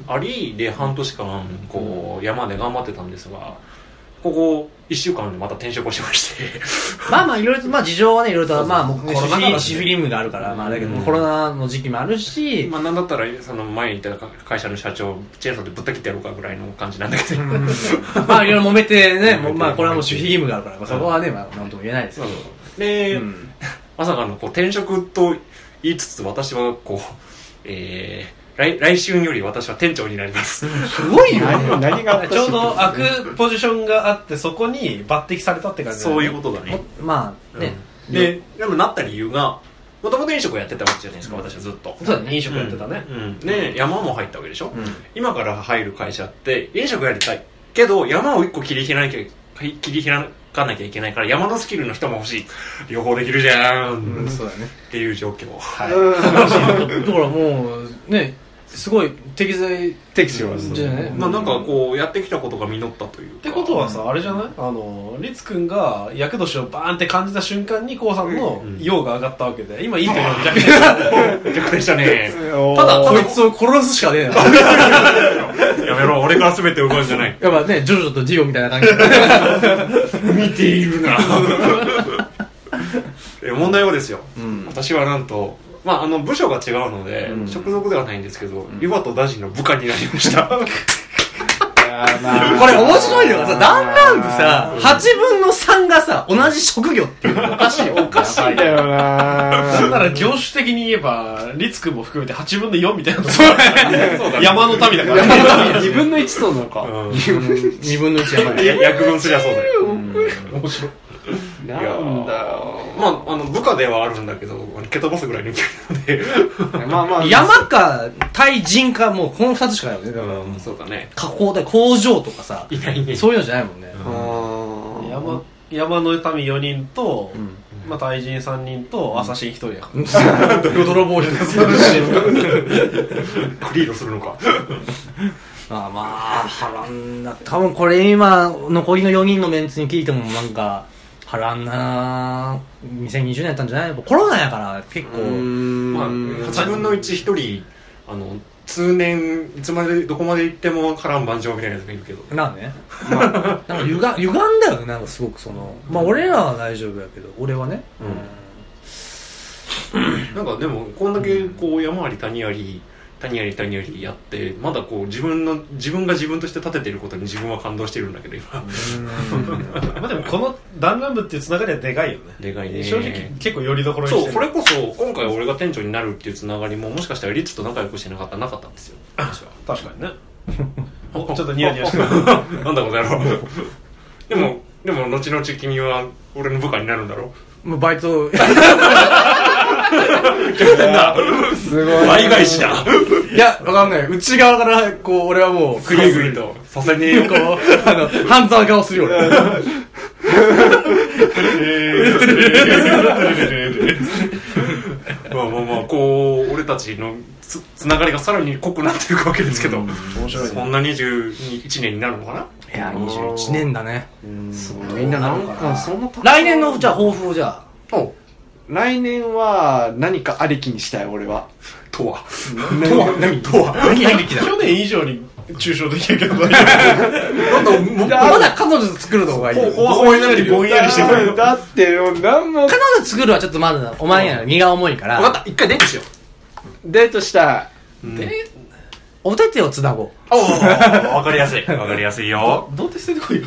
S2: ありで半年間こう山で頑張ってたんですがここ1週間でまた転職をしま
S1: *laughs*
S2: して
S1: まあまあいろいろと、まあ事情はね、いろいろと、まあもうね、
S4: コ
S1: コ
S4: ロ
S1: ロ
S4: ナだし
S1: ナシフィリムがあるから、まああれだけど、コロナの時期もあるし、
S2: まあなんだったらその前にいた会社の社長チェーンソーでぶった切ってやろうかぐらいの感じなんだけど
S1: まあいろいろ揉めてね、もう
S2: 揉めて
S1: まあこれはもう守秘義務があるから、まあそこはね、まあなんとも言えないです
S2: *laughs* そ
S1: よ
S2: う。で、
S1: うん
S2: まさかのこう転職と言いつつ私はこう *laughs* えー来来春より私は店長になります
S1: すごいよね。
S3: 何何があった
S5: ちょうど開くポジションがあってそこに抜擢されたって感じだよ
S2: そう
S5: ね
S2: いうことだね。
S1: まあね、
S2: で、でもなった理由が、もともと飲食をやってたわけじゃないですか、私はずっと。
S1: そうだね、
S5: 飲食やってたね、
S2: うん。で、山も入ったわけでしょ
S1: うん。
S2: 今から入る会社って、飲食やりたい。けど、山を一個切り開かなきゃ、切り開かなきゃいけないから、山のスキルの人も欲しい。両方できるじゃん。っ
S1: そうだね。
S2: ていう状況。はい。
S1: だからもう、ね、すごい適材
S3: 適します。
S1: じゃない
S2: まあなんかこう、やってきたことが実ったというか。っ
S5: ってことはさあれじゃないあの律くんが厄年をバーンって感じた瞬間にこうさんの
S2: うん
S5: 陽が上がったわけで今いいところに逆転
S2: 逆転したね。
S3: た
S1: ただ、こいつを殺すしかねえな。や
S2: やめろ、俺から全て奪うんじゃない。
S1: っぱね、ジョジョとディオみたいな感じで。
S2: 見ているなえ問題はですよ、
S1: ん
S2: 私はなんと、まあ、あの部署が違うので、
S1: うん
S2: 直属ではないんですけど、リバとダジの部下になりました
S1: これ面白いのがさ、だんだんでさ、8分の3がさ、同じ職業っていうのがおかしい。おかしい。
S3: だよ *laughs* な
S5: なんなら業種的に言えば律くんも含めて8分の4みたいなところ山の民だからね
S3: 自分の一層なのか。
S1: 2分の1やばい。
S2: や約分すりゃそうだよ、
S3: なん
S2: いやー
S3: だよ。
S2: まあ、あの部下ではあるんだけど蹴飛ばすぐらいの勢いなので
S3: まあまあ。
S1: 山か、対人か、もうこの2つしかないよね。だから
S2: うんそうだね
S1: 加工だ、工場とかさ、
S2: いないね
S1: そういうのじゃないもんね。
S3: あー
S5: 山山の民4人と、
S1: ん
S5: まあ、対人3人と、アサシン1人やから、
S1: 泥棒じゃ
S2: クリードするのか
S1: *laughs* まあまあ、波乱だ。多分これ今、残りの4人のメンツに聞いてもなんか、波乱な2020年やったんじゃないコロナやから、結構。
S2: まあ、8分の11人あの通年いつまでどこまで行っても波乱万丈みたいなやつがいるけど
S1: なんね、なんかゆが歪んだよねなんかすごくそのまあ俺らは大丈夫やけど俺はね
S2: なんかでもこんだけこう山あり谷あり谷あり谷ありやってまだこう自分の自分が自分として立ててることに自分は感動してるんだけど今
S5: まあ、でもこの弾丸部っていうつながりはでかいよね
S2: でかいね
S5: 正直結構よりどころにして
S2: そう
S5: る
S2: これこそ今回俺が店長になるっていうつながりももしかしたらリッツと仲良くしてなかったらなかったんですよ私は
S5: 確かにねお *laughs* ちょっとニヤニヤ *laughs* してる
S2: *laughs* なんだこの野郎でもでも後々君は俺の部下になるんだろ
S1: もうバイト
S3: すごい。
S2: 倍返しだ
S1: いやわかんない内側からこう俺はもう
S2: グリグリとさせねえよ
S1: こうあの半沢顔するよ俺
S2: まあまあまあこう俺たちのつつながりがさらに濃くなっていくわけですけど、
S5: 面白い
S2: そ
S5: ね
S2: んな21年になるのかない
S1: や21年だね
S3: みんななんか、その
S1: 来年のじゃあ抱負をじゃあ
S2: お
S3: 来年は何かありきにしたい俺は
S2: とは。
S3: ね
S2: とは何とは
S1: 何何だ
S5: 去年以上に抽象的やけど、大
S2: なんだ、もう、
S1: まだ彼女と作るの方がいいよ。
S2: ほわほわになってるよ。
S5: ぼんやりしてくる
S3: だってもう何も
S1: 彼女作るはちょっとまだお前やな身が重いか
S2: わからっ、た、一回デートしよ。
S3: デートしたいう
S1: お手手をつなごう。
S2: おーわかりやすい。わかりやすいよ。
S5: どうて捨
S1: *laughs*
S5: ててこいよ。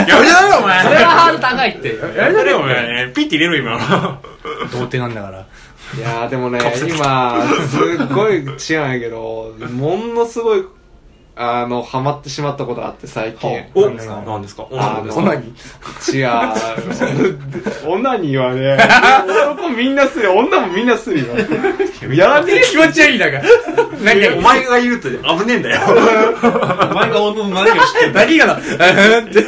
S2: やめなよ、お前。
S1: それはハードル高いって。
S2: やめなよ、お前。ピッて入れろ、今の。
S1: 童貞なんだから。
S3: いやーでも *laughs* ね今すっごい違うんやけどものすごいあのハマってしまったことあって最近
S2: お、なんですか
S3: あの
S1: こんなに。
S3: 違う。女にはね、男みんなする。女もみんなするよ。やらね
S1: 気持ち悪いだから。何
S2: お
S1: が、
S2: 前がいると危ねえんだよ。
S5: お前が女の何を知ってんだ
S1: 何がな、えーって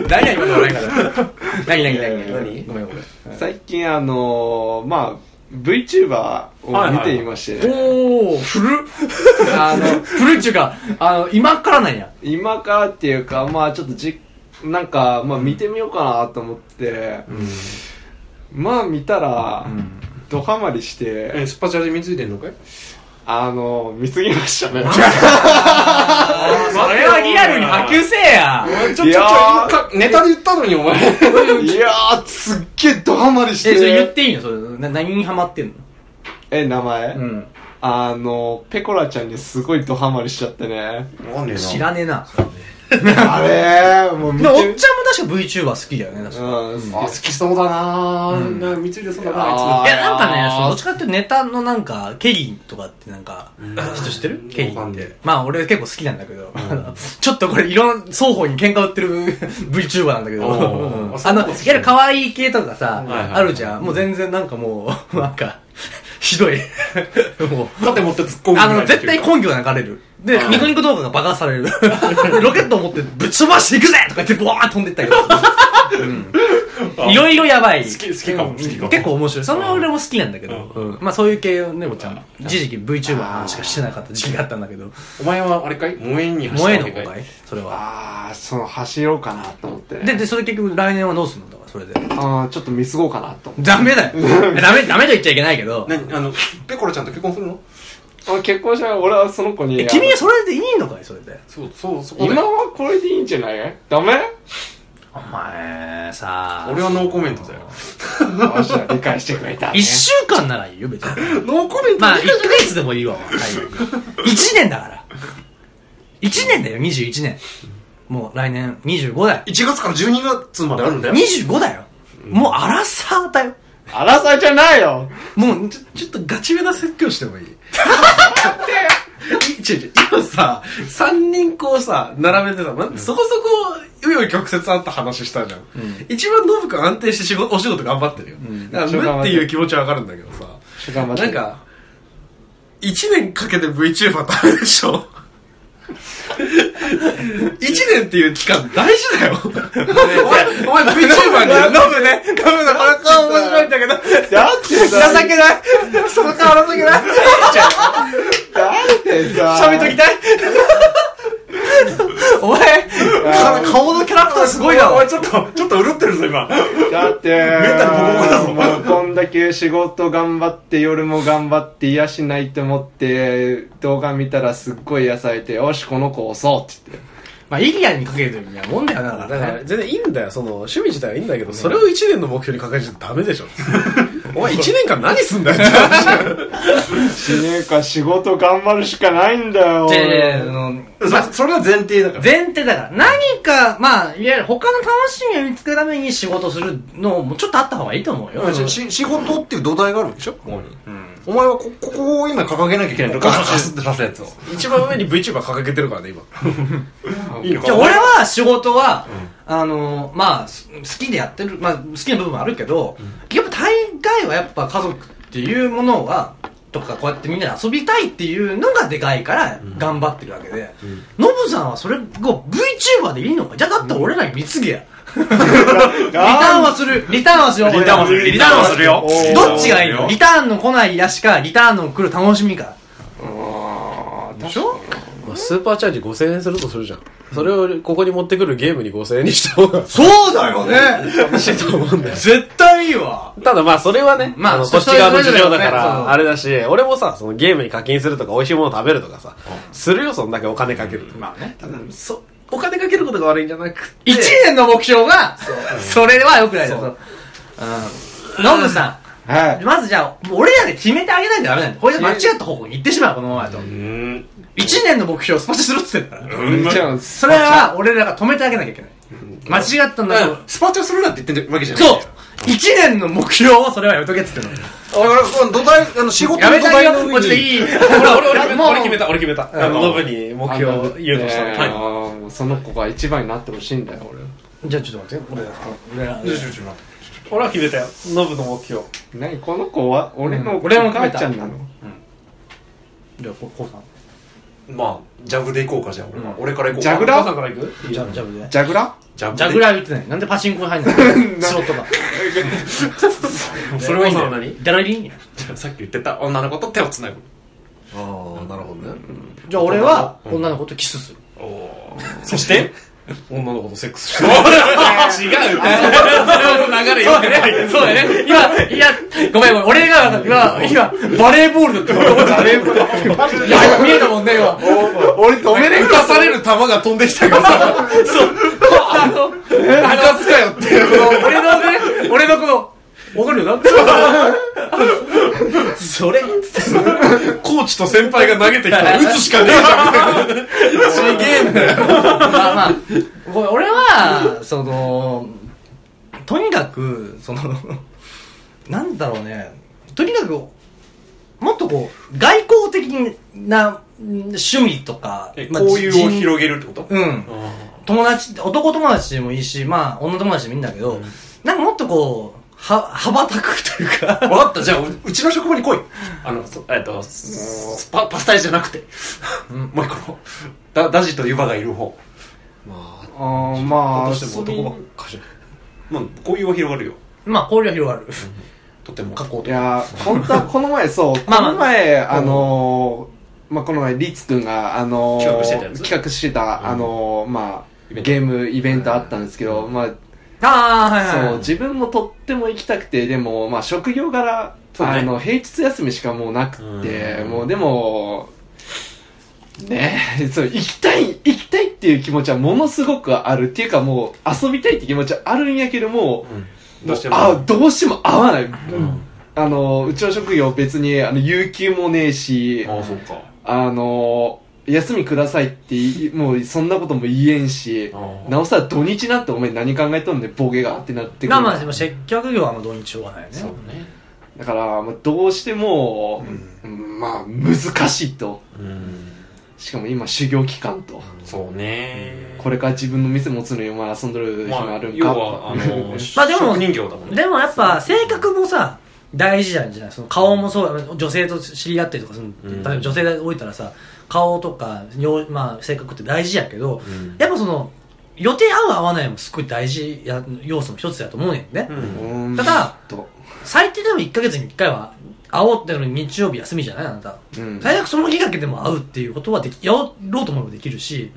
S1: *laughs* 何が今の何がな。何何何何
S3: 何
S1: ごめんごめん。
S3: え最近あのー、まあ、VTuber を見ていまして、
S1: おー、古っ。あの、古いっちゅうか、あの、今からなんや。
S3: 今からっていうか、まあちょっとじ、なんか、まあ見てみようかなと思って、まあ見たら、ドハマりして、
S2: スパチャで見ついてんのかい
S3: あのー、見すぎましたね。
S1: それはリアルに波及せえや。
S2: ちょ、ちょ、ちょ、かネタで言ったのに、お前。
S3: いやー、すっげえドハマりし、
S1: え、それ言ってていいのそれ、な何にハマってんの
S3: え、名前、
S1: ん。
S3: あの、ペコラちゃんにすごいドハマりしちゃってね。
S2: なんで
S1: 知らねえな。
S3: あれー、もう見
S1: でもおっちゃんも
S3: て。
S1: 確か VTuber 好きだよね、確か。
S3: うん、
S2: あ、好きそうだなぁ。なんか見ついてそうだなあ
S3: あ
S1: いや、なんかね、
S3: あー
S1: そのどっちかっていうとネタのなんか、ケリーとかってなんか、
S2: いつ。
S1: 知ってるケ
S2: ケ
S1: リ
S2: リー
S1: ーっ
S2: ん
S1: て
S2: で。。
S1: まあ俺結構好きなんだけど、 *laughs* ちょっとこれいろんな双方に喧嘩売ってる *laughs* VTuber なんだけど、
S2: おー
S1: うん
S2: あそ
S1: あ
S2: う
S1: の、い
S2: なん
S1: わ
S2: ですね
S1: ゆる可愛い系とか
S2: は
S1: さ、
S2: いはい
S1: あるじゃん。もう全然なんかもう、なんか、 *laughs* ひどい。もう、
S2: 縦持って突っ込む。
S1: あの、絶対根拠が流れる。で、ニコニコ動画が爆発される。 *laughs* ロケットを持ってぶち飛ばしていくぜとか言って、ボワーン飛んでった
S2: *laughs*
S1: けど。うんいろいろやばい。
S2: 好き、好きかも、好きかも。
S1: 結構面白い。その俺も好きなんだけど。
S2: う
S1: うんまあそういう系をね、おちゃん。一時期 VTuber の話しかしてなかった時期があったんだけど。
S2: お前はあれかい萌えに走
S1: 萌え
S2: っ
S1: の
S2: た
S1: 方がいいそれは。
S3: あー、その、走ろうかなと思ってね。
S1: で、で、それ結局来年はどうするのだから、そ
S2: *laughs*
S1: れで。
S3: あー、ちょっと見過ごうかなと思っ
S1: ダメだよ。 *laughs* ダメ、ダメと言っちゃいけないけど。
S2: 何あの、ペコラちゃんと結婚するの
S3: て。俺結婚したら俺はその子に。
S1: え君
S3: あ
S1: はそれでいいのかいそれで。
S2: そう、そう、そこ
S3: の
S2: で
S3: 今。はこれでいいんじゃないダメ
S1: お前さ
S2: 俺はノーコメントだよ。
S3: マジで理解してくれた、ね。
S1: *laughs* 一週間ならいいよ、別に。
S2: ノーコメント
S1: まあ、1ヶ月でもいいわ。はい、1年だから。1年だよ、21年。もう来年25だよ。
S2: 1月から12月まであるんだよ。
S1: 25だよ。もうアラサーだよ。
S3: 争いじゃないよ
S1: もう、
S5: ちょちょっとガチめな説教して *laughs* もいいい違う違う今さ、三人こうさ、並べてたの、そこそこ、紆余曲折あった話したじゃん。一番ノブ君安定して仕事、お仕事頑張ってるよ。だ
S3: 一緒
S5: から、
S3: 頑張っ
S5: 無ってて
S3: る
S5: いう気持ちはわかるんだけどさ。
S3: 一緒頑張って
S5: なん
S3: る
S5: か、一年かけて VTuber ダメでし *laughs* ょ一年っていう期間大事 *laughs* だよ。お前、お前 VTuber に
S1: ノブね、ノブのこの顔面白いんだけど、
S3: だってさ、
S1: 情けない。その顔情けない。
S3: だってさ、
S1: 喋っときたい。お前、顔のキャラクターすごいな。
S2: お前ちょっと、ちょっとうるってるぞ、今。
S3: だって、
S2: タルボコボコだぞ
S3: もうこんだけ仕事頑張って、夜も頑張って、癒しないと思って、動画見たらすっごい癒されて、よし、この子押そうって言って。
S1: まあ、イギアにかけるときにはもんだよな、だ
S5: だ
S1: か
S5: から
S1: ね
S5: ら全然いいんだよ、その趣味自体はいいんだけど、それを1年の目標に掲げちゃダメ *laughs* でしょ。お前1年間何すんだよって *laughs* 話だよ。
S3: 死ねえか、仕事頑張るしかないんだよ。
S1: で、あの、
S2: そそれは前提だから。
S1: 前提だから、何か、まあ、いわゆる他の楽しみを見つけるために仕事するのもちょっとあった方がいいと思うよ。
S2: しし仕事っていう土台があるんでしょここに、お前はこここを今掲げなきゃいけないのガサガサってさすやつを
S5: 一番上に VTuber 掲げてるからね、今。
S2: いいの
S1: じゃあ俺は仕事は、あの、まあ、す好きでやってる、まあ、好きな部分もあるけど、やっぱ大概はやっぱ家族っていうものは、とかこうやってみんなで遊びたいっていうのがでかいから頑張ってるわけで、ノブさんはそれを VTuber でいいのかじゃあだったら俺らに
S2: *laughs*
S1: 貢げや。リターンはする。リターンはする。
S2: リターンはする
S1: リターンはするよ
S2: リターンはする。よ
S1: どっちがいいのリターンの来ない癒しか、リターンの来る楽しみか。
S3: うーん
S1: でしょ
S5: まあスーパーチャージ5000円するとするじゃん。それをここに持ってくるゲームに5000円にした方が
S6: そうだよね
S5: 楽しいと思うんだよ。
S6: 絶対いいわ
S5: ただまあそれはね、
S6: まあ
S5: あの、こ
S6: そ
S5: っち側の事情だか
S6: それぞれだよねそう
S5: ら、あれだし、俺もさ、そのゲームに課金するとか美味しいもの食べるとかさ、するよ、そんだけお金かけると。
S6: まあね。
S5: ただそ、お金かけることが悪いんじゃなくて
S1: 一年の目標が、それは良くないだろ。うん。ノブさ
S3: はい
S1: ん、まずじゃあ、もう俺らで決めてあげないとダメなんだよ。これで間違った方向に行ってしまう、このままだと。
S2: うん。
S1: 一年の目標をスパチャするって言ってんだから。
S2: うん。
S3: じゃあそ
S1: それは俺らが止めてあげなきゃいけない。間違ったんだけど、
S2: スパチャするなって言ってるわけじゃない。
S1: そう一年の目標をそれはやめとけっつってんの。
S2: 俺、この土台、
S5: *laughs*
S2: あの、仕事の
S1: やめ
S2: 土
S1: てあ
S2: 台
S1: げよ
S2: の
S1: う、こっ
S2: 上
S1: ち
S2: に
S1: で。いい。
S5: 俺、俺、俺、
S1: もう
S5: 俺決めた、俺決めた。あの、ノブに目標を言うとした
S3: あのね
S5: ら。はい。
S3: もうその子が一番になってほしいんだよ俺
S1: じゃあちょっと待って、俺ら、俺ら。
S5: 俺は決めたよ。ノブの目標。
S3: 何この子は俺の
S1: うん俺も
S3: お母ちゃんなの
S1: じゃあ、ここうさん。
S2: まあ、ジャブで行こうか、じゃあ俺は。俺から行こう
S3: ジャグ
S5: お母
S3: ラ
S5: さんから行く
S1: ジャブジャブで。
S3: ジャグラ
S2: ジャブ
S1: ジ
S2: で
S1: ャグラー言ってない。なんでパチンコに入んのスロットが。
S5: それはいいんだよ。何
S1: ダラリンや
S2: さっき言ってた女の子と手をつなぐ。
S5: ああ、なるほどね。
S1: じゃあ俺は女の子とキス *laughs* する。
S2: そ *laughs* して、
S5: 女の子とセックスし
S2: *laughs* 違う
S5: 流れよくない。
S1: そうだね。今、いや、ごめんごめん。俺が、今、今、バレーボールだって。バ
S3: *laughs*
S1: レーボール。いや、見えたもんね、今。
S3: 俺止めれ
S5: 打たされる球が飛んできた *laughs* からさ、
S1: あの、
S5: 中津かよって。
S1: 俺のね、俺のこの、わかるよな *laughs* それ、
S5: コーチと先輩が投げてきたら打つしかねえじゃん。ちげえんだよ。
S1: まあまあ、ごめん俺は、その、とにかく、その、 *laughs* なんだろうね、とにかく、もっとこう、外交的なうん趣味とか、
S2: え、
S1: ま
S2: こ
S1: あ
S2: ういうを
S1: 人
S2: 広げるってこと
S1: うん。友達、男友達でもいいし、まあ、女友達でもいいんだけど、なんかもっとこう、は、羽ばたくというか、
S2: わかった、じゃあ、ううちの職場に来い。あの、そえっと、スパ、パスタ屋じゃなくて。もう一個の、だ、ダジと湯葉がいる方。
S3: あーまあ
S5: どうしても男ばっかじゃん。
S2: まあ、こういうは広がるよ。
S1: *laughs* まあ、交流は広がる。
S2: とても。
S1: 加工
S3: い
S1: と。
S3: やー本当はこの前そう
S1: まあま
S3: こ
S1: あ
S3: の前あのーまあこの前リツくんがあのー
S2: 企画してたやつ
S3: 企画してたあのーま
S2: イ
S3: あ
S2: ベント
S3: ゲームイベントあったんですけどまあ
S1: ああ、はいはい
S3: そ
S1: は
S3: う
S1: い。
S3: 自分もとっても行きたくてでもまあ職業柄
S2: そうね
S3: あの平日休みしかもうなくて
S2: うん
S3: もうでもね *laughs* えそう行きたい行きたいっていう気持ちはものすごくあるっていうかもう遊びたいって気持ちはあるんやけども
S2: うんど
S3: もう
S2: うしても。
S3: あどうしても合わない、あのうちの職業別にあの有給もねえし
S2: ああ、そうか。
S3: あの休みくださいっていもうそんなことも言えんし
S2: あ
S3: なおさら土日なんてお前何考えとんねんボケがってなってくる
S1: まあまあ、でも接客業はもう土日しょうがないよね。
S2: ね。
S3: だから、まあ、どうしても、うんまあ難しいと
S2: うん。
S3: しかも今修行期間と、
S2: そうね。
S3: これから自分の店持つのにお前遊んどる
S2: ま
S3: 暇あ
S2: あ
S3: る、ん
S2: 要
S3: か、
S2: は、あ
S3: *laughs*
S2: の、
S1: まあでも
S2: 職人形だもんね。
S1: でもやっぱ性格もさ大事なんじゃないその顔もそう女性と知り合ってとかその、
S2: うん
S1: 例えば女性で置いたらさ顔とかよ、まあ、性格って大事やけど、
S2: うん
S1: やっぱその予定合う合わないもすごい大事や要素の一つだと思うねんね、
S2: うん。
S3: うん
S1: ただ
S3: と
S1: 最低でも1ヶ月に1回は会おうってのに日曜日休みじゃないあなた、
S3: うん
S1: 最悪その日だけでも会うっていうことはできやろうと思えばできるし、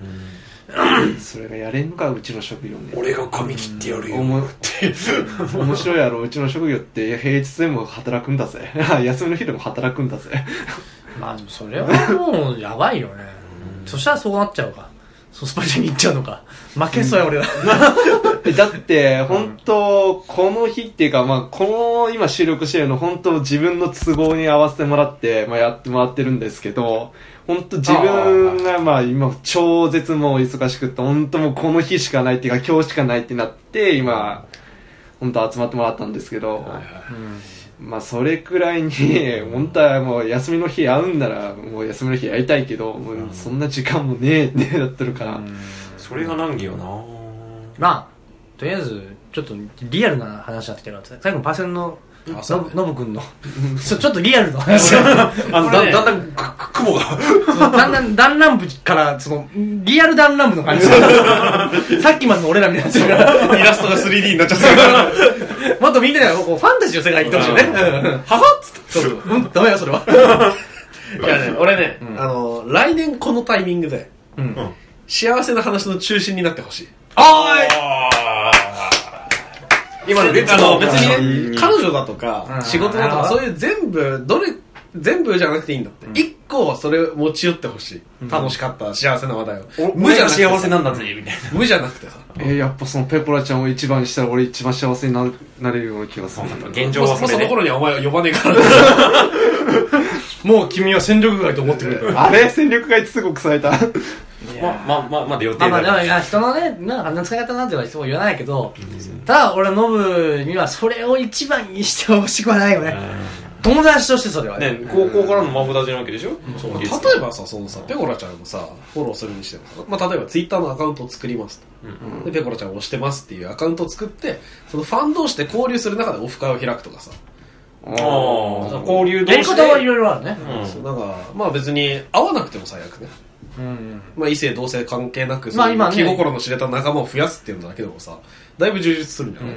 S3: それがやれんのかうちの職業ね
S2: 俺が髪切ってやるよ。
S3: おも
S2: って。
S3: 面白いやろうちの職業って平日でも働くんだぜ *laughs* 休みの日でも働くんだぜ
S1: まあでもそれはもうやばいよねそしたらそうなっちゃうかそうスパチャに行っちゃうのか負けそうや俺は
S3: えだって本当この日っていうか、まあ、この今収録してるの本当自分の都合に合わせてもらって、まあ、やってもらってるんですけど本当自分がまあ今超絶もう忙しくって本当もうこの日しかないっていうか今日しかないってなって今本当集まってもらったんですけど、まあそれくらいに本当はもう休みの日会うんならもう休みの日やりたいけどもうそんな時間もねえってなってるから。
S2: それが難儀よな。
S1: まあ、とりあえず、ちょっとリアルな話になってきたから、最後のパーセンの、のぶのぶくんの、 *laughs* ちょちょっとリアルな話
S2: あ
S1: *laughs*
S2: の、だ
S1: これね
S2: だんだん、くく雲が。
S1: だんだん、弾丸部から、その、リアル弾丸部の感
S5: *laughs*
S1: じさっきまでの俺らみたいなやつ
S5: イラストが 3D になっちゃったから。
S1: が、 *laughs* もっと
S5: *laughs*
S1: みんなでこうファンタジーの世界に行ってほしいよね。ははっつって。そうそう。うん、ダメよ、それは。
S5: いやね、俺ね、あの、来年このタイミングで、幸せな話の中心になってほしい。
S2: 今の
S5: あの、別
S3: う
S5: に
S3: ん
S5: ね、彼女だとか、仕事だとか、そういう全部、どれ、全部じゃなくていいんだって。一個それ持ち寄ってほしい。楽しかった、幸せな話題を。無
S2: 無
S5: じゃ
S2: 茶
S5: な
S2: 幸
S5: くて
S2: せなんだ
S5: *laughs*
S2: ぜ、みたいな。
S5: 無じゃなくてさ。
S3: えーやっぱそのペポラちゃんを一番にしたら俺一番幸せにななれるような気がする。
S2: 現
S5: も
S2: 状
S5: う
S2: は
S5: もうそ
S2: そ
S5: の
S2: れで。
S5: 頃にはお前は呼ばねえから。
S1: *laughs*
S5: *laughs*
S1: もう君は戦力外と思ってくれた。
S3: あれ戦力外通告された。
S2: ま、ま、ま、まだ予定
S1: まあま
S2: だね
S1: あ、でもいや、人のね、なんか、何使い方なんては人も言わないけど、ただ、俺はノブには、それを一番にしてほしくはないよね。友達としてそれはね。
S2: ね、高校からのマブダチなわけでしょそう
S5: 例えばさ、そのさ、ペコラちゃんをさ、フォローするにしてもさ、まあ、例えばツイッターのアカウントを作りますと。で、ペコラちゃんを推してますっていうアカウントを作って、そのファン同士で交流する中でオフ会を開くとかさ。
S2: ああ、交流
S1: やり
S2: 同士
S1: 方はい
S2: で。
S1: ろいろあるね。
S5: そうなんか、まあ別に会わなくても最悪ね。まあ異性同性関係なく、
S1: まあ今ね
S5: そういう気心の知れた仲間を増やすっていうのだけでもさ、だいぶ充実するんじゃない、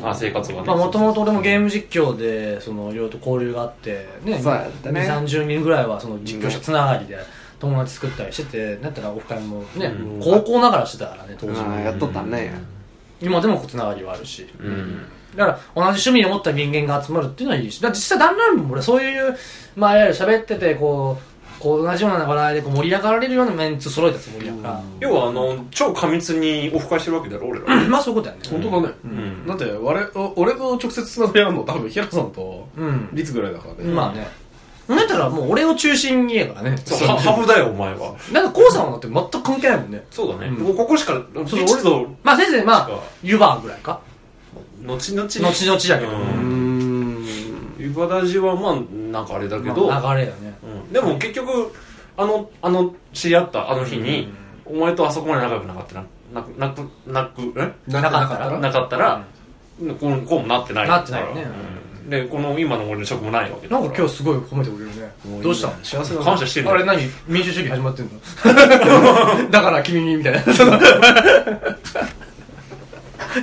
S2: うんあ、生活がね。
S1: まあ、もともと俺もゲーム実況で、その、いろいろと交流があって、ね、
S3: そうやったね
S1: 2、30人ぐらいは、その、実況者つながりで、友達作ったりしてて、なんたらオフ会もね、高校ながらしてたからね、当時。
S3: ああ、やっとったね。
S1: 今でもつながりはあるし。
S2: うん。
S1: だから同じ趣味を持った人間が集まるっていうのはいいしだから実際だんだんも俺そういう、まあ、いわゆる喋っててこうこう同じような笑いでこう盛り上がられるようなメンツ揃えたつもりやから、
S2: 要は、あの、超過密にオフ会してるわけだろ、俺ら。
S1: まあそういうことやね
S5: 本当だね。
S2: ん
S5: だって我々、お俺と直接つながりあるの多分、ヒラさんと
S1: うん、
S5: リツぐらいだからね。
S1: まあねだったらもう俺を中心にやからね
S2: そうハハブだよ、お前は。
S1: *laughs* なんかこうさんはだって全く関係ないもんね
S2: そうだね。
S1: うん
S2: もうここしか、
S1: そ
S2: そうう、
S1: 俺
S2: 俺と、
S1: まあ先生まあ
S2: か
S1: 湯葉ぐらいか
S2: 後々。
S1: 後々やけど、
S3: うーん。
S2: 湯葉だじは、まあ、なんかあれだけど、
S1: まあ流れだね
S2: うんでも結局、あの、あの、知り合ったあの日に、お前とあそこまで仲良くなかったら、なく、なく、なく、え
S5: な
S1: なかったら
S2: なかったら、このこうもなってない
S1: なってないよね
S2: うんでこの今の俺の職もないわけだ
S1: な
S2: から
S1: んか今日すごい褒めてくれるねどうしたの
S5: 幸せな
S2: 感謝してる
S1: あれ
S2: ね
S1: 何民主主義始まってんの *laughs* だから君にみたいな。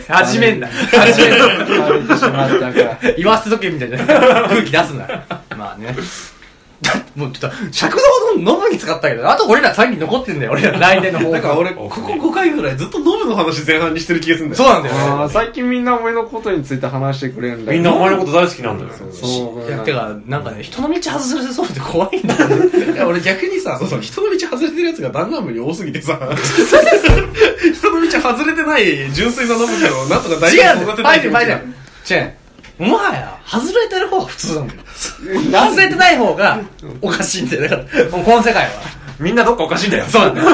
S1: 始めんな。始めん *laughs* な。
S3: バレてしまったか。
S1: 言わせとけみたいな。空気出すな。まあね。だってもうちょっと、尺道のノブに使ったけど、あと俺ら3人残ってん *laughs* だよ。俺ら来年の方
S5: なんか俺、
S2: オ
S5: こ
S2: フ
S5: こ
S2: ね
S5: 5回ぐらいずっとノブの話前半にしてる気がするんだよ。
S1: そうなんだよ
S3: あ
S1: ね。
S3: あ、最近みんなお前のことについて話してくれるんだ
S2: みんなお前のこと大好きなんだよ
S3: そう
S1: いや、てか、なんかね、人の道外されそうって怖いんだよね。
S5: いや俺逆にさ、その人の道外れてるやつが弾丸部に多すぎて
S1: *laughs*
S5: さ、人の道外れてない純粋なノブちゃんをなんとか大
S1: 違
S5: 丈
S1: う
S5: 夫
S1: んだよ。バイデン、バイ
S5: じ
S1: デ
S5: ゃ
S1: ン。違うもはや、外れてる方が普通なんだよ。外れてない方がおかしいんだよ。だから、もうこの世界は。
S2: みんなどっかおかしいんだよ
S1: そうなんだよ。
S3: え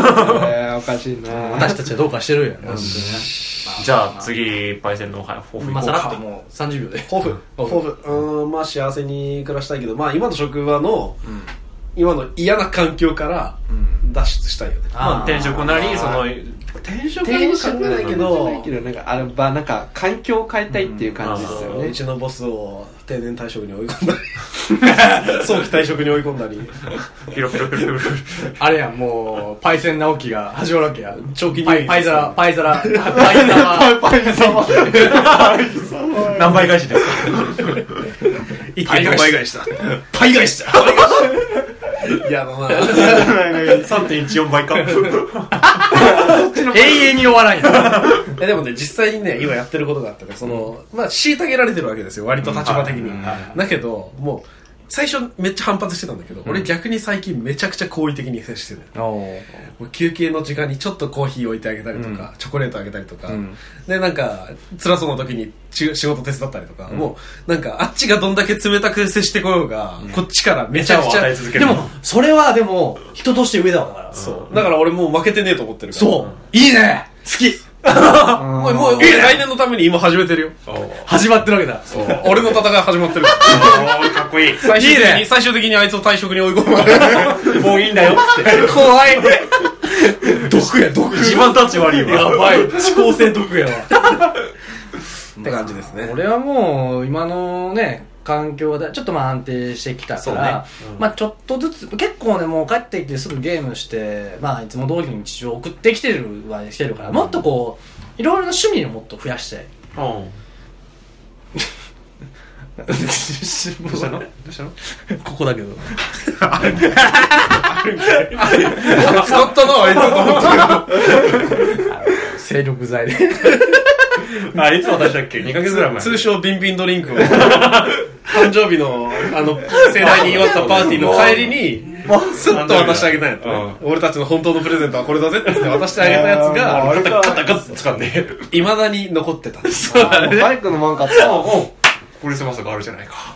S3: ーおかしいな。
S1: 私たちはどうかしてるよ。本
S2: じゃあ次パイセンの抱負
S1: 当
S2: い
S1: に。
S2: こ
S1: ま
S2: う
S1: あ、さら
S2: か
S1: っともう30秒で。
S5: 抱負。抱負。うーん、まあ幸せに暮らしたいけど、まあ今の職場の、今の嫌な環境から脱出したいよね。
S2: まあ転職なりその
S5: 転職
S1: は
S5: は
S1: よ
S5: よ
S1: く考
S5: く
S1: え
S5: 考
S1: な
S5: ないい
S1: け
S5: け
S3: じゃないけ、ど、な
S5: ど
S3: んか、あれば、なんか、環境を変えたいっていう感じですよ
S5: う
S3: ね。
S5: ちのボスを定年退職に追い込んだり、早期退職に追い込んだり、
S2: ピロピロピロピロピロ
S1: あれやん、もう、パイセン直樹が始まるわけや。
S5: 長期入
S1: パ
S5: 院
S1: イパイザラ、パイザラ、パイ
S5: *laughs*
S1: ザラ、
S3: パイさん *laughs* は。
S1: *laughs*
S2: 何倍返し
S5: *laughs*
S2: ですか
S5: 1.5倍返した。
S2: 倍返しだ
S5: 嫌だな。
S2: 3.14倍か
S1: 永遠に終わらんや
S5: えでもね実際にね今やってることがあってねその、まあ虐げられてるわけですよ割と立場的に、だけどもう最初めっちゃ反発してたんだけど、俺逆に最近めちゃくちゃ好意的に接してる
S1: ん。お
S5: もう休憩の時間にちょっとコーヒー置いてあげたりとか、チョコレートあげたりとか、でなんか辛そうな時にち仕事手伝ったりとか、もうなんかあっちがどんだけ冷たく接してこようが、こっちからめちゃくちゃ
S2: 与え続け
S1: で
S2: る
S1: も、それはでも、人として上だわだから。
S5: そうだから俺もう負けてねえと思ってるから
S1: そう。いいね好き
S5: もうもう俺来年のために今始めてるよ
S2: おー
S1: 始まってるわけだ。
S5: 俺の戦い始まってるから
S2: おーかっこいい
S5: 最終的
S1: *laughs*
S5: に
S1: いいね
S5: 最終的にあいつを退職に追い込むから。
S2: もういいんだよっつって
S1: 怖い。
S5: *laughs* 毒や、毒。
S2: 一番タッチ悪いわ
S1: やばい。遅効性毒やわ。
S5: って感じですね。
S1: 俺はもう今のね環境がちょっとまあ安定してきたから、まあちょっとずつ結構ねもう帰ってきてすぐゲームしてまあいつも通りの日常を送ってきてるはしてるからもっとこういろいろな趣味をもっと増やして
S2: うんどうしたのどうしたの
S1: ここだけど。
S5: 使ったな、あいつと思って。
S1: 精力剤で。
S2: あ、いつ渡したっけ ?2 ヶ月ぐらい前。
S5: 通称ビンビンドリンクを誕生日のあの盛大に祝ったパーティーの帰りにスッと渡してあげたんやったね俺たちの本当のプレゼントはこれだぜって渡してあげたやつ
S3: あー
S5: が
S3: あれか
S2: ガタガタ掴んで。
S1: *laughs*
S5: いまだに残ってた
S3: あーバイクのまんかった。
S2: クリスマスがあるじゃないか。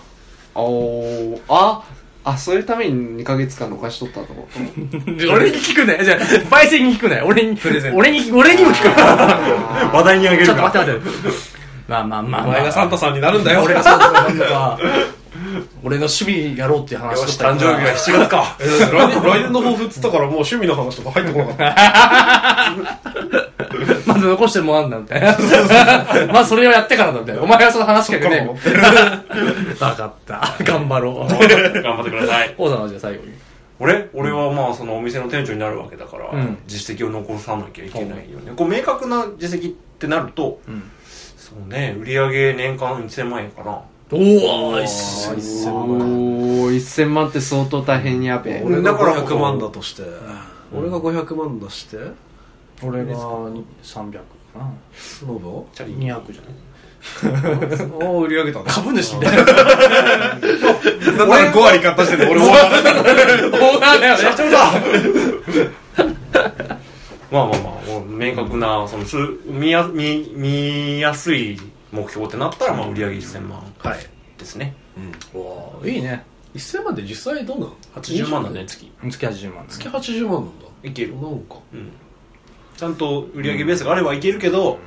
S3: おー、あ、あ、そういうために2ヶ月間の貸し取ったとこ。
S1: 俺に聞くね。じゃあ、パイセンに聞くね。俺に、
S5: レゼント
S1: 俺に、俺にも聞く。
S2: 話題にあげる
S1: ち
S2: か
S1: ょっと
S2: ら。
S1: 待って待って。まあまあまあ、
S5: お
S1: まあ。
S5: 前がサンタさんになるんだよ
S1: *laughs* 俺がサンタさんとか、俺の趣味やろうっていう話
S2: よ
S1: をし
S2: した誕生日は7月か。
S5: えだって来年来年の抱負っつったからもう趣味の話とか入ってこなかった
S1: まだ残してる *laughs* もんあんだみたいな。まあそれをやってからだみたいな。お前はその話しかけ
S5: *laughs*
S1: ねえ。わかった。頑張ろ
S2: 頑
S1: う。
S2: 張ってください。
S1: 王さんのじゃあ最後に。
S2: 俺俺はまあそのお店の店長になるわけだから、
S1: うん
S2: 実績を残さなきゃいけないよね、こう明確な実績ってなると、
S1: ん
S2: そうね売上年間1000万円かな
S1: おー、いっす
S3: おー、1000万って相当大変やべ。
S4: 俺が
S2: だからこそ
S4: 500万だとして、俺が500万出して
S1: 俺が300かな。
S4: ノブ
S2: チャリ
S1: 200じゃない
S5: お売り上げたんだ
S1: 株主みたいな。
S5: だから5割買ったしてて俺も
S1: オー
S5: *laughs*
S1: ナーだよね。社長だ
S2: まあまあまあもう明確なその数見や見見やすい目標ってなったらまあ売上1000万
S5: はい
S2: ですね、
S1: いいね。
S4: 1000万って実際どうなの
S2: 80万だね月
S1: 月80万です
S4: 月80万なんだ
S2: いける
S4: なんか
S2: うんちゃんと売上ベースがあればいけるけど、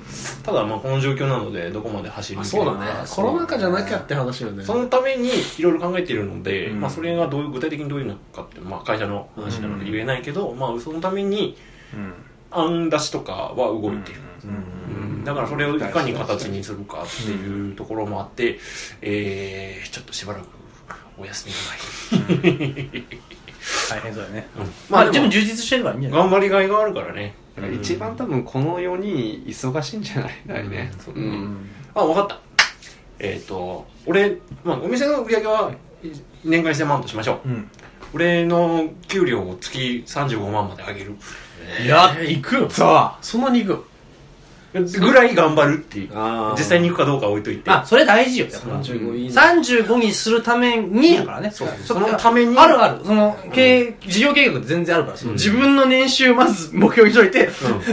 S2: ただまあこの状況なのでどこまで走り抜けるか
S4: コロナ禍じゃなきゃって話よね
S2: そのためにいろいろ考えているので、
S1: うん
S2: まあ、それがどういう具体的にどういうのかって、まあ、会社の話なので言えないけど、まあ、そのために
S1: うん。
S2: 案出しとかは動いてる、
S1: うん。
S2: うんだからそれをいかに形にするかっていうところもあって、えー、ちょっとしばらくお休み
S1: 大変そうだね。
S2: がない、
S1: ま
S2: ま
S1: あ
S2: あ
S1: 自
S2: で
S1: 分
S2: も
S1: 充実してればいいんじゃない
S2: 頑張りがいがあるからね
S3: 一番多分この4人忙しいんじゃない来年。う。
S2: うんあ分かったえっ、と俺、まあ、お店の売り上げはい年間1000万としましょう
S1: うん。
S2: 俺の給料を月35万まで上げる
S1: いや、行くよ。さ
S5: そんなにいくの
S2: ぐらい頑張るっていう
S4: あー
S2: 実際に行くかどうかは置いといて
S1: あ、それ大事よ。やっぱ
S4: 35いいね
S1: 35にするためにやからね。そう
S2: そのために
S1: あるある。その、経営、事業計画って全然あるから、その自分の年収まず目標にしといて、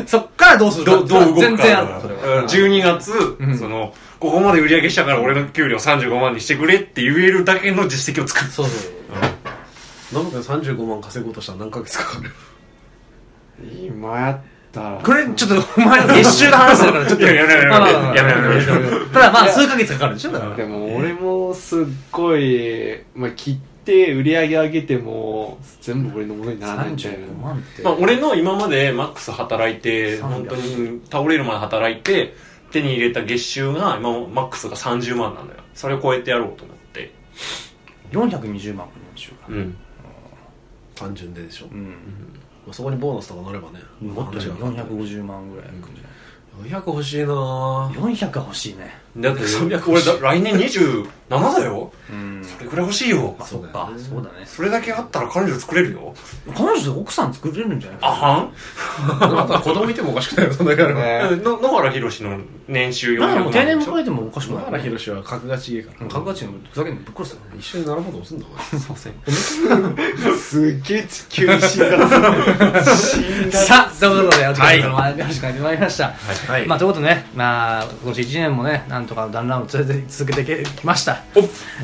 S1: そっからどうするか
S2: どどう動くか
S1: 全然あるから、それは。
S2: うん12月、そのここまで売り上げしたから俺の給料35万にしてくれって言えるだけの実績を作る
S1: そうそう。
S5: ノブ君35万稼ごうとしたら何ヶ月かかる
S3: 今やったら。
S1: これ、ちょっと、お前の月収の話だから、ちょっと。
S2: いややめろやめろ
S1: まあまあまあ
S2: やめろやめろやめ
S1: ただまあ、数ヶ月かかるでしょ、だから。
S3: でも俺もすっごい、まあ、切って売り上げ上げても全部俺のものにならないみたいな
S1: 35万って。
S2: まあ、俺の今までマックス働いて
S1: 300
S2: 本当に倒れるまで働いて手に入れた月収が今マックスが30万なのよそれを超えてやろうと思って
S1: 420万この年収が。
S2: うん
S5: 単純ででしょ、ま
S1: うん。
S5: あ、そこにボーナスとか乗ればね
S1: もっと
S5: 話が
S1: 450万ぐらいいくんじ
S5: 400欲しいなぁ
S1: ゃない ?400 欲しいね。
S2: だって俺だ来年27だよ
S1: うん。
S2: それくらい欲しいよ
S1: そっか、そうだね。
S2: それだけあったら彼女作れるよ
S1: 彼女と奥さん作れるんじゃない
S2: あはん
S5: *laughs* あとは子供いてもおかしくないよ、そんだけあれば。
S3: ね
S2: え野野原宏の年収
S1: なんか
S2: 400
S1: もう定
S2: 万
S1: 年
S2: でしょ
S1: 迎えてもおかしく
S5: 野
S1: な
S5: 原
S1: い。
S5: 宏は格がちげえから。
S1: 格が違うのふざけんなぶっ殺すよ。
S5: 一緒に並ぼうともすんだ、お
S3: すっげえ地球に死んだ
S5: *laughs*
S3: 死んだ
S1: さあ、ということで、お疲れ様でした。始まりました。
S2: は
S1: まあ、ということでね、まあ、今年1年もね、なんとかだんだん連れて続けてきました。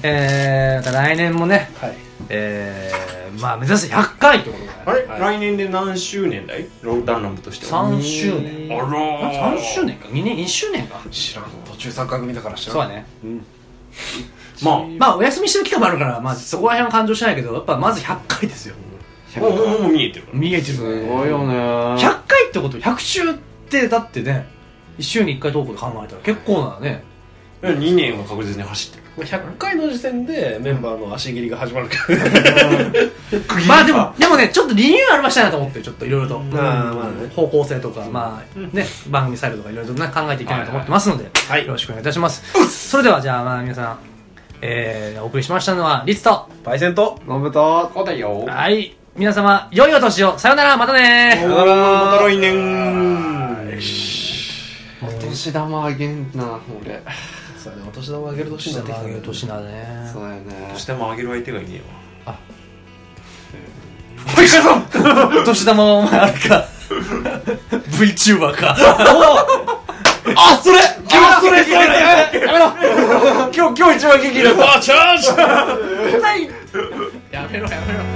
S1: えー、また来年もね、
S5: 前。はい。
S1: えー、まあ、目指す100回ってことだね。
S2: あれ、来年で何周年だいローダンラムとしては
S1: 3周年。
S2: あらー
S1: 3周年か ?2 年 ?1 周年か
S5: 知らん。途中参加組だから知らん。
S1: そうだね。
S2: まあも
S1: まあ、お休みしてる期間もあるから、まあ、そこら辺は感情しないけど、やっぱまず100回ですよ。
S2: うもうもうもう見えてる
S1: 見えてる
S3: すごいよね
S1: 100回ってこと100週ってだってね1週に1回投稿で考えたら結構なね
S2: 2年は確実に走ってる
S5: まあ100回の時点でメンバーの足切りが始まるから。
S1: まあでもでもねちょっとリニューアルはしたいなと思ってちょっといろいろと
S5: まあまあね
S1: 方向性とかまあね番組スタイルとかいろいろとね考えていきたいなと思ってますので
S5: はい
S1: よろしくお願いいたしますそれではじゃあまあ皆さんえー、お送りしましたのは、リツと、
S5: パイセント
S3: 飲むと
S2: こうだよ。
S1: はい、皆様、良いお年を、さよなら、またねー
S2: さよならまた来年。
S3: お年玉あげんな俺
S4: そうねお年玉あげる年になってきたね
S1: 年だね
S3: そうだよね
S2: 下もあげる相手がいねえわ。
S1: お年玉はお前あれか *laughs* VTuber か
S3: あそれあそれそれ
S2: 今日、今日一番元気だった。チャージ
S1: やめろやめろ